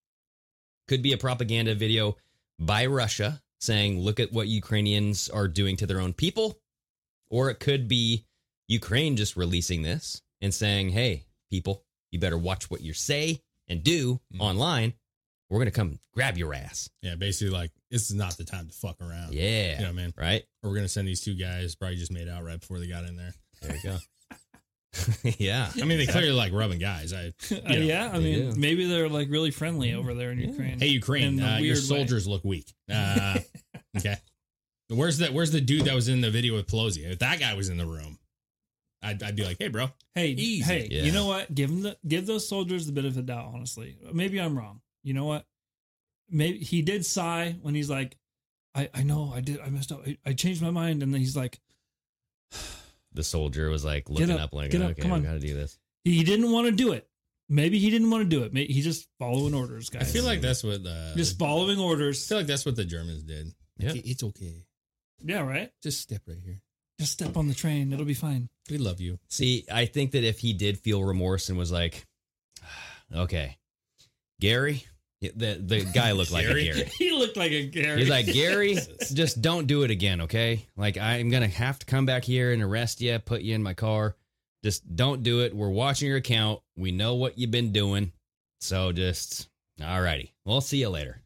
Speaker 7: Could be a propaganda video by Russia saying, look at what Ukrainians are doing to their own people. Or it could be Ukraine just releasing this and saying, hey, people, you better watch what you say and do
Speaker 9: Mm.
Speaker 7: online. We're going to come grab your ass.
Speaker 8: Yeah, basically like this is not the time to fuck around.
Speaker 7: Yeah.
Speaker 8: You know what I mean?
Speaker 7: Right?
Speaker 8: Or we're gonna send these two guys probably just made out right before they got in there.
Speaker 7: There you go. yeah.
Speaker 8: I mean, they clearly like rubbing guys. I you
Speaker 9: Uh,
Speaker 8: know.
Speaker 9: yeah, I
Speaker 7: they
Speaker 9: mean,
Speaker 7: do.
Speaker 9: maybe they're like really friendly over there in Ukraine.
Speaker 8: Mm. Hey Ukraine,
Speaker 9: In a
Speaker 8: uh, your
Speaker 9: weird way.
Speaker 8: soldiers look weak. Uh, okay, where's the where's the dude that was in the video with Pelosi? If that guy was in the room, I'd, I'd be like, hey bro,
Speaker 9: Hey,
Speaker 8: Easy.
Speaker 9: hey,
Speaker 8: Yeah.
Speaker 9: you know what? Give them the, give those soldiers the bit of the doubt. Honestly, maybe I'm wrong. You know what? Maybe he did sigh when he's like, "I, I know I did I messed up. I, I changed my mind." And then he's like,
Speaker 7: The soldier was like looking
Speaker 9: up,
Speaker 7: up, like,
Speaker 9: get up,
Speaker 7: okay,
Speaker 9: come
Speaker 7: we
Speaker 9: on."
Speaker 7: got to do this.
Speaker 9: he didn't want to do it. Maybe he didn't want to do it. Maybe he's just following orders, guys.
Speaker 8: I feel like that's what uh,
Speaker 9: just following orders.
Speaker 8: I feel like that's what the Germans did.
Speaker 7: Yeah.
Speaker 8: Okay, it's okay.
Speaker 9: Yeah, right.
Speaker 8: Just step right here.
Speaker 9: Just step on the train. It'll be fine.
Speaker 8: We love you.
Speaker 7: See, I think that if he did feel remorse and was like, okay, Gary, the the guy looked like a Gary.
Speaker 9: he looked like a Gary.
Speaker 7: He's like, Gary, just don't do it again, okay? Like, I'm going to have to come back here and arrest you, put you in my car. Just don't do it. We're watching your account. We know what you've been doing. So just, all righty. We'll see you later.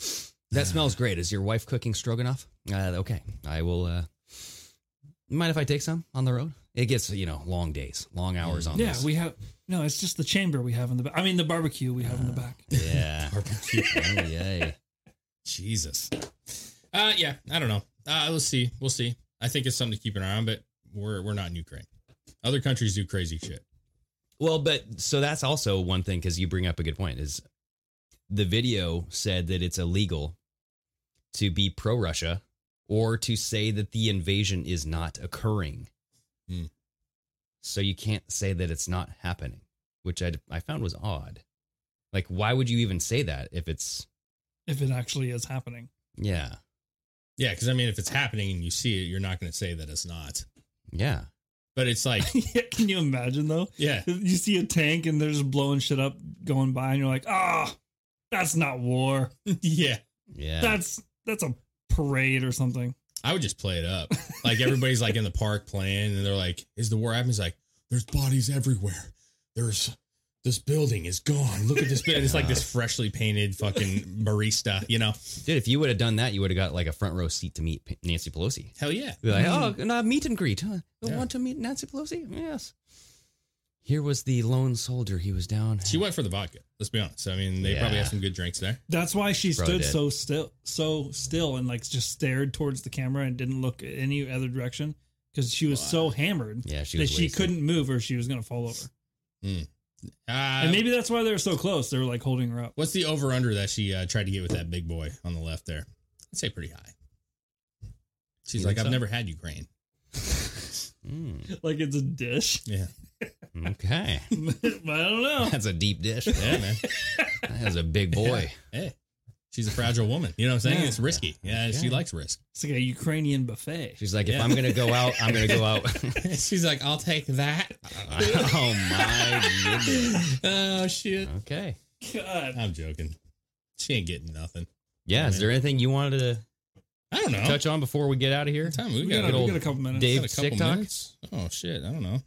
Speaker 7: That smells great. Is your wife cooking stroganoff? Uh, okay. I will, uh, Mind if I take some on the road? It gets you know long days, long hours on
Speaker 9: Mm. yeah,
Speaker 7: this.
Speaker 9: we have no. It's just the chamber we have in the. ba- I mean, the barbecue we have in the back.
Speaker 7: yeah. Oh, yay.
Speaker 8: Jesus. Uh, yeah, I don't know. Uh, we'll see. We'll see. I think it's something to keep an eye on, but we're we're not in Ukraine. Other countries do crazy shit.
Speaker 7: Well, but so that's also one thing because you bring up a good point is the video said that it's illegal to be pro Russia or to say that the invasion is not occurring.
Speaker 8: Hmm.
Speaker 7: So you can't say that it's not happening, which I I found was odd. Like, why would you even say that if it's
Speaker 9: If it actually is happening,
Speaker 7: yeah
Speaker 8: Yeah, because I mean, if it's happening and you see it, you're not going to say that it's not.
Speaker 7: yeah
Speaker 8: But it's like,
Speaker 9: can you imagine though?
Speaker 8: yeah,
Speaker 9: You see a tank and they're just blowing shit up going by, and you're like, ah, that's not war.
Speaker 8: yeah.
Speaker 7: yeah
Speaker 9: That's that's a parade or something.
Speaker 8: I would just play it up. Like everybody's like in the park playing, and they're like, "Is the war happening?" It's like, "There's bodies everywhere. There's this building is gone. Look at this." bu-" And it's like this freshly painted fucking barista, you know?
Speaker 7: dude. If you would have done that, you would have got like a front row seat to meet P- Nancy Pelosi.
Speaker 8: Hell yeah.
Speaker 7: Be like, oh, no, meet and greet. Huh? You
Speaker 8: Yeah.
Speaker 7: want to meet Nancy Pelosi? Yes. Here was the lone soldier. He was down.
Speaker 8: She went for the vodka. Let's be honest. I mean, they probably
Speaker 7: Yeah.
Speaker 8: have some good drinks there.
Speaker 9: That's why she
Speaker 7: Probably
Speaker 9: stood
Speaker 7: did.
Speaker 9: so still, so still, and like just stared towards the camera and didn't look any other direction because she was so hammered
Speaker 7: Yeah, she
Speaker 9: that
Speaker 7: was
Speaker 9: she
Speaker 7: wasted.
Speaker 9: couldn't move or she was gonna fall over.
Speaker 8: Uh,
Speaker 9: and maybe that's why they were so close. They were like holding her up.
Speaker 8: What's the over under that she uh, tried to get with that big boy on the left there? I'd say pretty high. She's
Speaker 7: You
Speaker 8: like,
Speaker 7: think
Speaker 8: I've
Speaker 7: so?
Speaker 8: never had Ukraine.
Speaker 7: Mm,
Speaker 9: Like it's a dish,
Speaker 8: Yeah.
Speaker 7: okay,
Speaker 9: but I don't know.
Speaker 7: that's a deep dish.
Speaker 8: Yeah, man.
Speaker 7: That was a big boy.
Speaker 8: Hey, she's a fragile woman. You know what I'm saying?
Speaker 9: Yeah.
Speaker 8: It's risky. Yeah, she
Speaker 7: Yeah.
Speaker 8: likes risk.
Speaker 9: It's like a Ukrainian buffet.
Speaker 7: She's like, if
Speaker 8: Yeah.
Speaker 7: I'm gonna go out, I'm gonna go out.
Speaker 8: she's like, I'll take that.
Speaker 7: oh my goodness.
Speaker 8: oh, shit.
Speaker 7: Okay.
Speaker 9: God,
Speaker 8: I'm joking. She ain't getting nothing.
Speaker 7: Yeah. Is there anything you wanted to
Speaker 8: I don't know.
Speaker 7: touch on before we get out of here?
Speaker 8: What time we,
Speaker 9: we
Speaker 8: got,
Speaker 9: got,
Speaker 7: good
Speaker 9: a, we
Speaker 7: old
Speaker 9: got a couple minutes.
Speaker 7: Dave
Speaker 8: got a couple
Speaker 7: TikTok?
Speaker 8: minutes. Oh, shit. I don't know.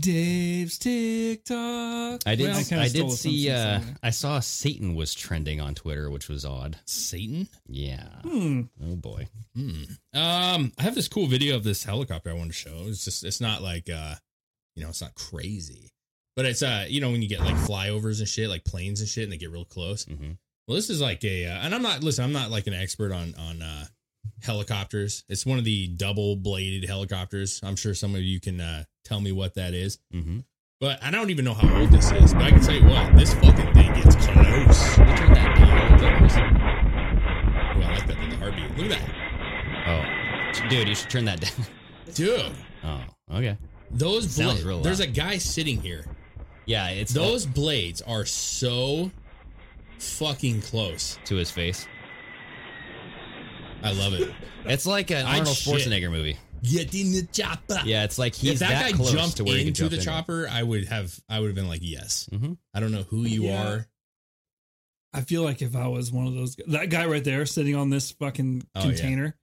Speaker 9: Dave's TikTok.
Speaker 7: I did.
Speaker 9: Well, kinda
Speaker 7: I
Speaker 9: stole
Speaker 7: did
Speaker 9: a
Speaker 7: see.
Speaker 9: Simpsons
Speaker 7: Uh,
Speaker 9: song.
Speaker 7: I saw Satan was trending on Twitter, which was odd.
Speaker 8: Satan?
Speaker 7: Yeah.
Speaker 9: Hmm.
Speaker 7: Oh boy.
Speaker 8: Hmm. Um, I have this cool video of this helicopter I want to show. It's just it's not like uh, you know, it's not crazy, but it's uh, you know, when you get like flyovers and shit, like planes and shit, and they get real close.
Speaker 7: Mhm.
Speaker 8: Well, this is like a, uh, and I'm not listen, I'm not like an expert on on uh helicopters. It's one of the double bladed helicopters. I'm sure some of you can uh tell me what that is,
Speaker 7: Mm-hmm.
Speaker 8: but I don't even know how old this is. But I can tell you what, this fucking thing gets close.
Speaker 7: Can you turn that down a little bit?
Speaker 8: Well, I like that in the heartbeat. Look at that,
Speaker 7: Oh, dude, you should turn that down.
Speaker 8: dude.
Speaker 7: Oh, okay.
Speaker 8: Those
Speaker 7: Sounds
Speaker 8: blades.
Speaker 7: real loud.
Speaker 8: There's a guy sitting here.
Speaker 7: Yeah, it's
Speaker 8: Those blades are so fucking close.
Speaker 7: to his face.
Speaker 8: I love it.
Speaker 7: It's like an
Speaker 8: I'd
Speaker 7: Arnold
Speaker 8: shit.
Speaker 7: Schwarzenegger movie.
Speaker 8: Get in the chopper.
Speaker 7: Yeah, it's like he's
Speaker 8: if that, guy
Speaker 7: close
Speaker 8: jumped
Speaker 7: to where he
Speaker 8: into
Speaker 7: could jump
Speaker 8: the
Speaker 7: in.
Speaker 8: chopper, I would have. I would have been like, yes.
Speaker 7: Mhm.
Speaker 8: I don't know who you
Speaker 9: Yeah.
Speaker 8: are.
Speaker 9: I feel like if I was one of those, that guy right there sitting on this fucking
Speaker 8: Oh, yeah.
Speaker 9: container,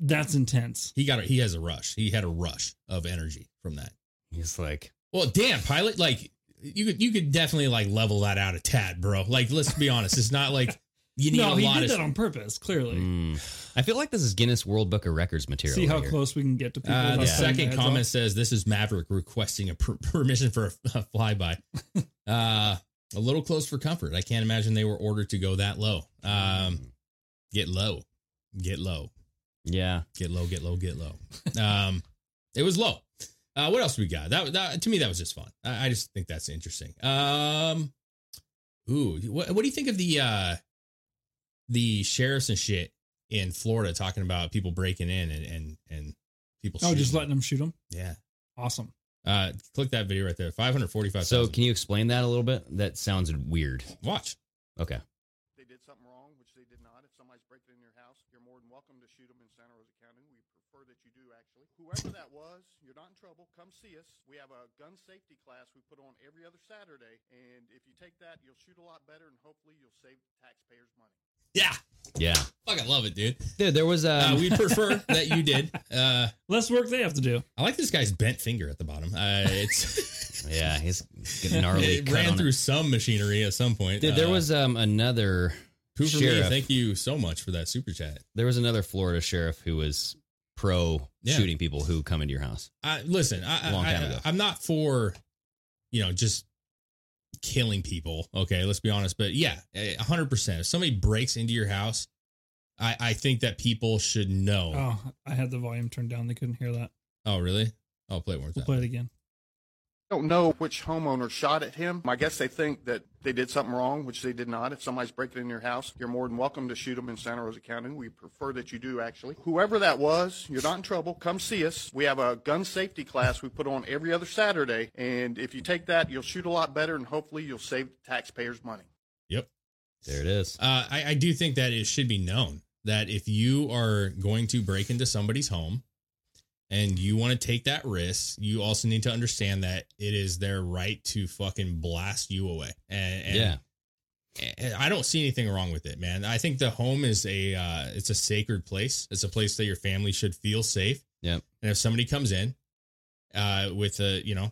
Speaker 9: that's intense.
Speaker 8: He got. A, he has a rush. He had a rush of energy from that.
Speaker 7: He's like,
Speaker 8: Well, damn, pilot. Like you could. You could definitely like level that out a tad, bro. Like let's be honest. It's not like you need
Speaker 9: no,
Speaker 8: a
Speaker 9: he
Speaker 8: lot
Speaker 9: did
Speaker 8: of.
Speaker 9: that on purpose. Clearly,
Speaker 7: mm. I feel like this is Guinness World Book of Records material.
Speaker 9: see how
Speaker 7: right here.
Speaker 9: close we can get to people.
Speaker 8: Uh,
Speaker 9: without
Speaker 8: the
Speaker 9: cutting their
Speaker 8: second
Speaker 9: heads off.
Speaker 8: comment says, "This is Maverick requesting a per- permission for a, a flyby. uh, a little close for comfort. I can't imagine they were ordered to go that low. Um, get low, get low,
Speaker 7: Yeah,
Speaker 8: get low, get low, get low. Um, it was low. Uh, what else we got? That, that to me, that was just fun. I, I just think that's interesting. Um, ooh, what, what do you think of the uh, the sheriffs and shit in Florida talking about people breaking in and and and people?
Speaker 9: Oh, just
Speaker 8: shooting?
Speaker 9: letting them shoot him.
Speaker 8: Yeah.
Speaker 9: Awesome.
Speaker 8: Uh, click that video right there. Five hundred forty-five.
Speaker 7: So, can you explain that a little bit? That sounds weird.
Speaker 8: watch?
Speaker 7: Okay.
Speaker 15: they did something wrong, which they did not. If somebody's breaking in your house, you're more than welcome to shoot them in Santa Rosa County. We prefer that you do, actually. Whoever that was, you're not in trouble. Come see us. We have a gun safety class we put on every other Saturday, and if you take that, you'll shoot a lot better, and hopefully you'll save the taxpayers money.
Speaker 8: Yeah,
Speaker 7: Yeah,
Speaker 8: fucking love it, dude.
Speaker 7: dude, there was
Speaker 8: Uh,
Speaker 7: um,
Speaker 8: we prefer that you did. Uh,
Speaker 9: Less work they have to do.
Speaker 8: I like this guy's bent finger at the bottom. Uh, it's
Speaker 7: yeah, he's getting gnarly.
Speaker 8: it
Speaker 7: cut
Speaker 8: ran
Speaker 7: on
Speaker 8: through
Speaker 7: It.
Speaker 8: some machinery at some point.
Speaker 7: Dude, there
Speaker 8: Uh,
Speaker 7: was um another
Speaker 8: poo for me.
Speaker 7: sheriff.
Speaker 8: Thank you so much for that super chat.
Speaker 7: there was another Florida sheriff who was pro
Speaker 8: Yeah.
Speaker 7: shooting people who come into your house.
Speaker 8: I, listen, I,
Speaker 7: Long
Speaker 8: I,
Speaker 7: time
Speaker 8: I-
Speaker 7: ago.
Speaker 8: I'm not for, you know, just killing people. Okay, let's be honest. But yeah, eh, 100%. If somebody breaks into your house, I, I think that people should know. Oh,
Speaker 9: Oh, I had the volume turned down. They couldn't hear that.
Speaker 8: really? Oh, play it one more
Speaker 9: We'll
Speaker 8: time.
Speaker 9: play it again.
Speaker 15: don't know which homeowner shot at him. I guess they think that they did something wrong, which they did not. If somebody's breaking in your house, you're more than welcome to shoot them in Santa Rosa County. We prefer that you do, actually. Whoever that was, you're not in trouble. Come see us. We have a gun safety class we put on every other Saturday. And if you take that, you'll shoot a lot better, and hopefully you'll save taxpayers money.
Speaker 8: Yep.
Speaker 7: There it is.
Speaker 8: Uh, I, I do think that it should be known that if you are going to break into somebody's home and you want to take that risk, you also need to understand that it is their right to fucking blast you away. And, and
Speaker 7: Yeah.
Speaker 8: and I don't see anything wrong with it, man. I think the home is a uh, it's a sacred place. It's a place that your family should feel safe.
Speaker 7: Yep.
Speaker 8: And if somebody comes in uh, with a you know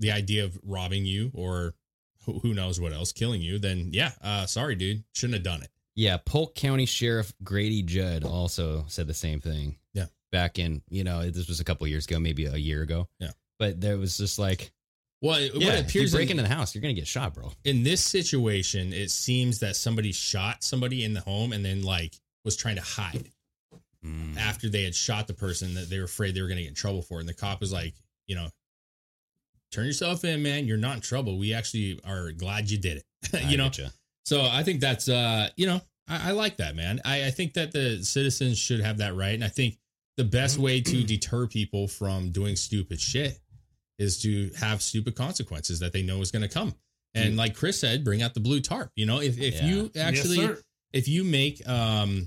Speaker 8: the idea of robbing you or who, who knows what else, killing you, then yeah, uh, sorry, dude, shouldn't have done it.
Speaker 7: Yeah, Polk County Sheriff Grady Judd also said the same thing.
Speaker 8: Yeah.
Speaker 7: Back in, you know, this was a couple years ago, maybe a year ago.
Speaker 8: Yeah.
Speaker 7: But there was just like,
Speaker 8: Well, it,
Speaker 7: yeah,
Speaker 8: what
Speaker 7: if you
Speaker 8: appears
Speaker 7: break
Speaker 8: in,
Speaker 7: into the house, you're going to get shot, bro.
Speaker 8: in this situation, it seems that somebody shot somebody in the home and then like was trying to hide
Speaker 7: Mm,
Speaker 8: after they had shot the person that they were afraid they were going to get in trouble for. And the cop was like, you know, turn yourself in, man. You're not in trouble. We actually are glad you did it.
Speaker 7: I
Speaker 8: you know,
Speaker 7: getcha.
Speaker 8: so I think that's uh, you know, I, I like that, man. I, I think that the citizens should have that right. And I think the
Speaker 7: Mm-hmm.
Speaker 8: best way to deter people from doing stupid shit is to have stupid consequences that they know is gonna come. And like Chris said, bring out the blue tarp. You know, if if
Speaker 7: Yeah.
Speaker 8: you
Speaker 7: Yes,
Speaker 8: actually
Speaker 9: sir.
Speaker 8: if you make um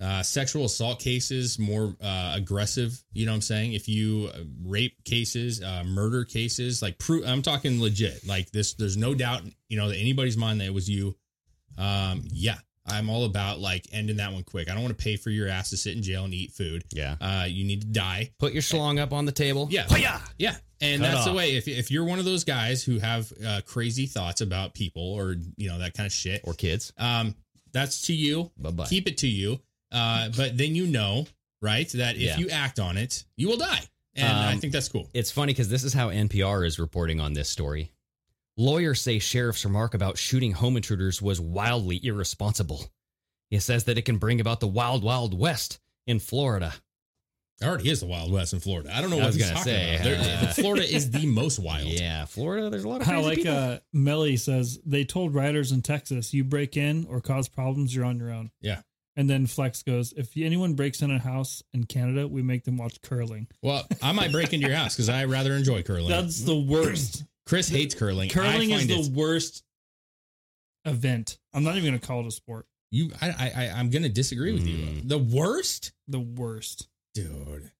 Speaker 8: uh, sexual assault cases more uh, aggressive. You know what I'm saying? If you uh, rape cases, uh, murder cases, like pro- I'm talking legit. Like this, there's no doubt. You know, that anybody's mind that it was you. Um, yeah, I'm all about like ending that one quick. I don't want to pay for your ass to sit in jail and eat food.
Speaker 7: Yeah.
Speaker 8: Uh, you need to die.
Speaker 7: Put your schlong up on the table.
Speaker 8: Yeah. Yeah. And
Speaker 7: Cut
Speaker 8: that's the
Speaker 7: off.
Speaker 8: way. If, if you're one of those guys who have uh, crazy thoughts about people or, you know, that kind of shit,
Speaker 7: Or kids.
Speaker 8: um, that's to you.
Speaker 7: Bye-bye.
Speaker 8: Keep it to you. Uh, but then you know, right, that if
Speaker 7: Yeah.
Speaker 8: you act on it, you will die. And I
Speaker 7: Um,
Speaker 8: think that's cool.
Speaker 7: It's funny because this is how NPR is reporting on this story. Lawyers say sheriff's remark about shooting home intruders was wildly irresponsible. He says that it can bring about the wild, wild west in Florida.
Speaker 8: It already is the Wild West in Florida. I don't know
Speaker 7: I
Speaker 8: what
Speaker 7: was
Speaker 8: he's
Speaker 7: gonna
Speaker 8: talking
Speaker 7: say,
Speaker 8: about. They're-
Speaker 7: uh,
Speaker 8: Florida is the most wild.
Speaker 7: Yeah, Florida. There's a lot of
Speaker 9: I
Speaker 7: crazy
Speaker 9: like
Speaker 7: people.
Speaker 9: uh, Melly says they told riders in Texas, you break in or cause problems, you're on your own.
Speaker 8: Yeah.
Speaker 9: And then Flex goes, if anyone breaks in a house in Canada, we make them watch curling.
Speaker 8: Well, I might break into your house because I rather enjoy curling.
Speaker 9: That's the worst.
Speaker 8: Chris hates curling. I
Speaker 9: curling is
Speaker 8: find
Speaker 9: the
Speaker 8: it's-
Speaker 9: worst event. I'm not even going to call it a sport.
Speaker 8: you. I, I, I I'm gonna disagree with you. The worst,
Speaker 9: The worst.
Speaker 8: dude.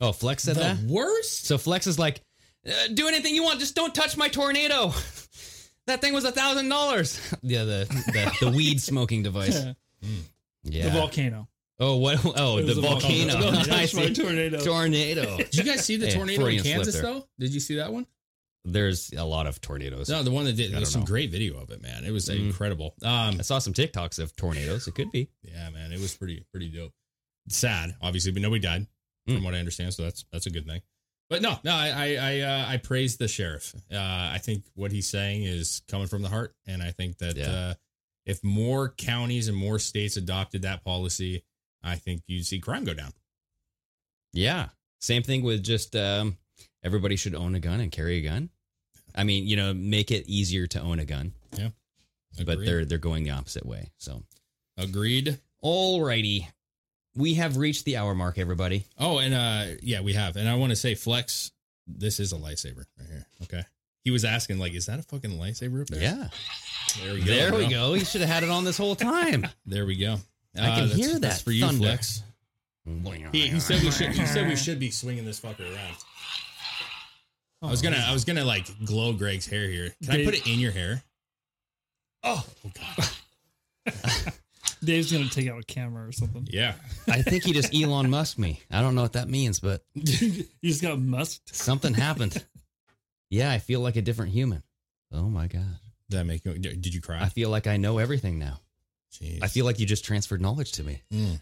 Speaker 7: oh, Flex said
Speaker 8: the
Speaker 7: that.
Speaker 8: worst.
Speaker 7: So Flex is like, uh, do anything you want, just don't touch my tornado. that thing was a thousand dollars. Yeah, the the, the weed smoking device.
Speaker 9: Yeah.
Speaker 7: Yeah.
Speaker 9: The volcano.
Speaker 7: oh, what? Oh,
Speaker 9: It
Speaker 7: the
Speaker 9: was a volcano.
Speaker 7: volcano.
Speaker 9: Don't
Speaker 7: I
Speaker 9: touch my
Speaker 7: see.
Speaker 9: tornado.
Speaker 7: Tornado.
Speaker 8: Did you guys see the
Speaker 7: Hey,
Speaker 8: tornado
Speaker 7: Freudian
Speaker 8: in
Speaker 7: slip
Speaker 8: Kansas
Speaker 7: there.
Speaker 8: though? Did you see that one?
Speaker 7: There's a lot of tornadoes.
Speaker 8: No, the one that did.
Speaker 7: I
Speaker 8: There's
Speaker 7: don't
Speaker 8: some
Speaker 7: know.
Speaker 8: great video of it, man. It was
Speaker 7: Mm.
Speaker 8: incredible. Um,
Speaker 7: I saw some TikToks of tornadoes. It could be.
Speaker 8: yeah, man, it was pretty pretty dope. Sad, obviously, but nobody died,
Speaker 7: Hmm.
Speaker 8: from what I understand. So that's that's a good thing. But no, no, I I I, uh, I praise the sheriff. Uh, I think what he's saying is coming from the heart, and I think that
Speaker 7: Yeah.
Speaker 8: uh, if more counties and more states adopted that policy, I think you'd see crime go down.
Speaker 7: Yeah. Same thing with just um, everybody should own a gun and carry a gun. I mean, you know, make it easier to own a gun, but
Speaker 8: Agreed.
Speaker 7: they're they're going the opposite way. So,
Speaker 8: agreed.
Speaker 7: alrighty, we have reached the hour mark, everybody.
Speaker 8: Oh, and uh, yeah, we have. And I want to say, Flex, this is a lightsaber right here. Okay. He was asking, like, is that a fucking lightsaber up there?
Speaker 7: Yeah.
Speaker 8: There we go.
Speaker 7: There we
Speaker 8: bro.
Speaker 7: go. He should have had it on this whole time.
Speaker 8: There we go. Uh,
Speaker 7: I can
Speaker 8: that's-
Speaker 7: hear that
Speaker 8: That's for you,
Speaker 7: thunder.
Speaker 8: Flex. He, he said we should. He said we should be swinging this fucker around. I was gonna. I was gonna like glow Greg's hair here. Can I
Speaker 9: Dave-
Speaker 8: put it in your hair?
Speaker 7: Oh,
Speaker 9: Dave's going to take out a camera or something.
Speaker 8: Yeah.
Speaker 7: I think he just Elon Musk me. I don't know what that means, but
Speaker 9: he just got musked.
Speaker 7: something happened. Yeah, I feel like a different human. Oh my gosh.
Speaker 8: Did that make you? Did you
Speaker 7: I
Speaker 8: cry?
Speaker 7: feel like I know everything now.
Speaker 8: Jeez.
Speaker 7: I feel like you just transferred knowledge to me.
Speaker 8: Mm.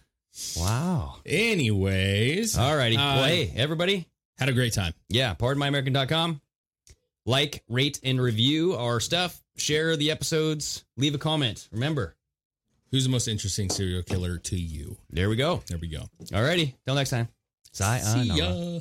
Speaker 7: Wow.
Speaker 8: Anyways.
Speaker 7: All righty. well,
Speaker 8: Uh,
Speaker 7: hey, everybody.
Speaker 8: Had a great time.
Speaker 7: Yeah. PardonMyAmerican.com. Like, rate, and review our stuff. Share the episodes. Leave a comment. Remember.
Speaker 8: Who's the most interesting serial killer to you?
Speaker 7: There we go.
Speaker 8: There we go.
Speaker 7: All righty. Till next time. Sayonara.
Speaker 8: See ya.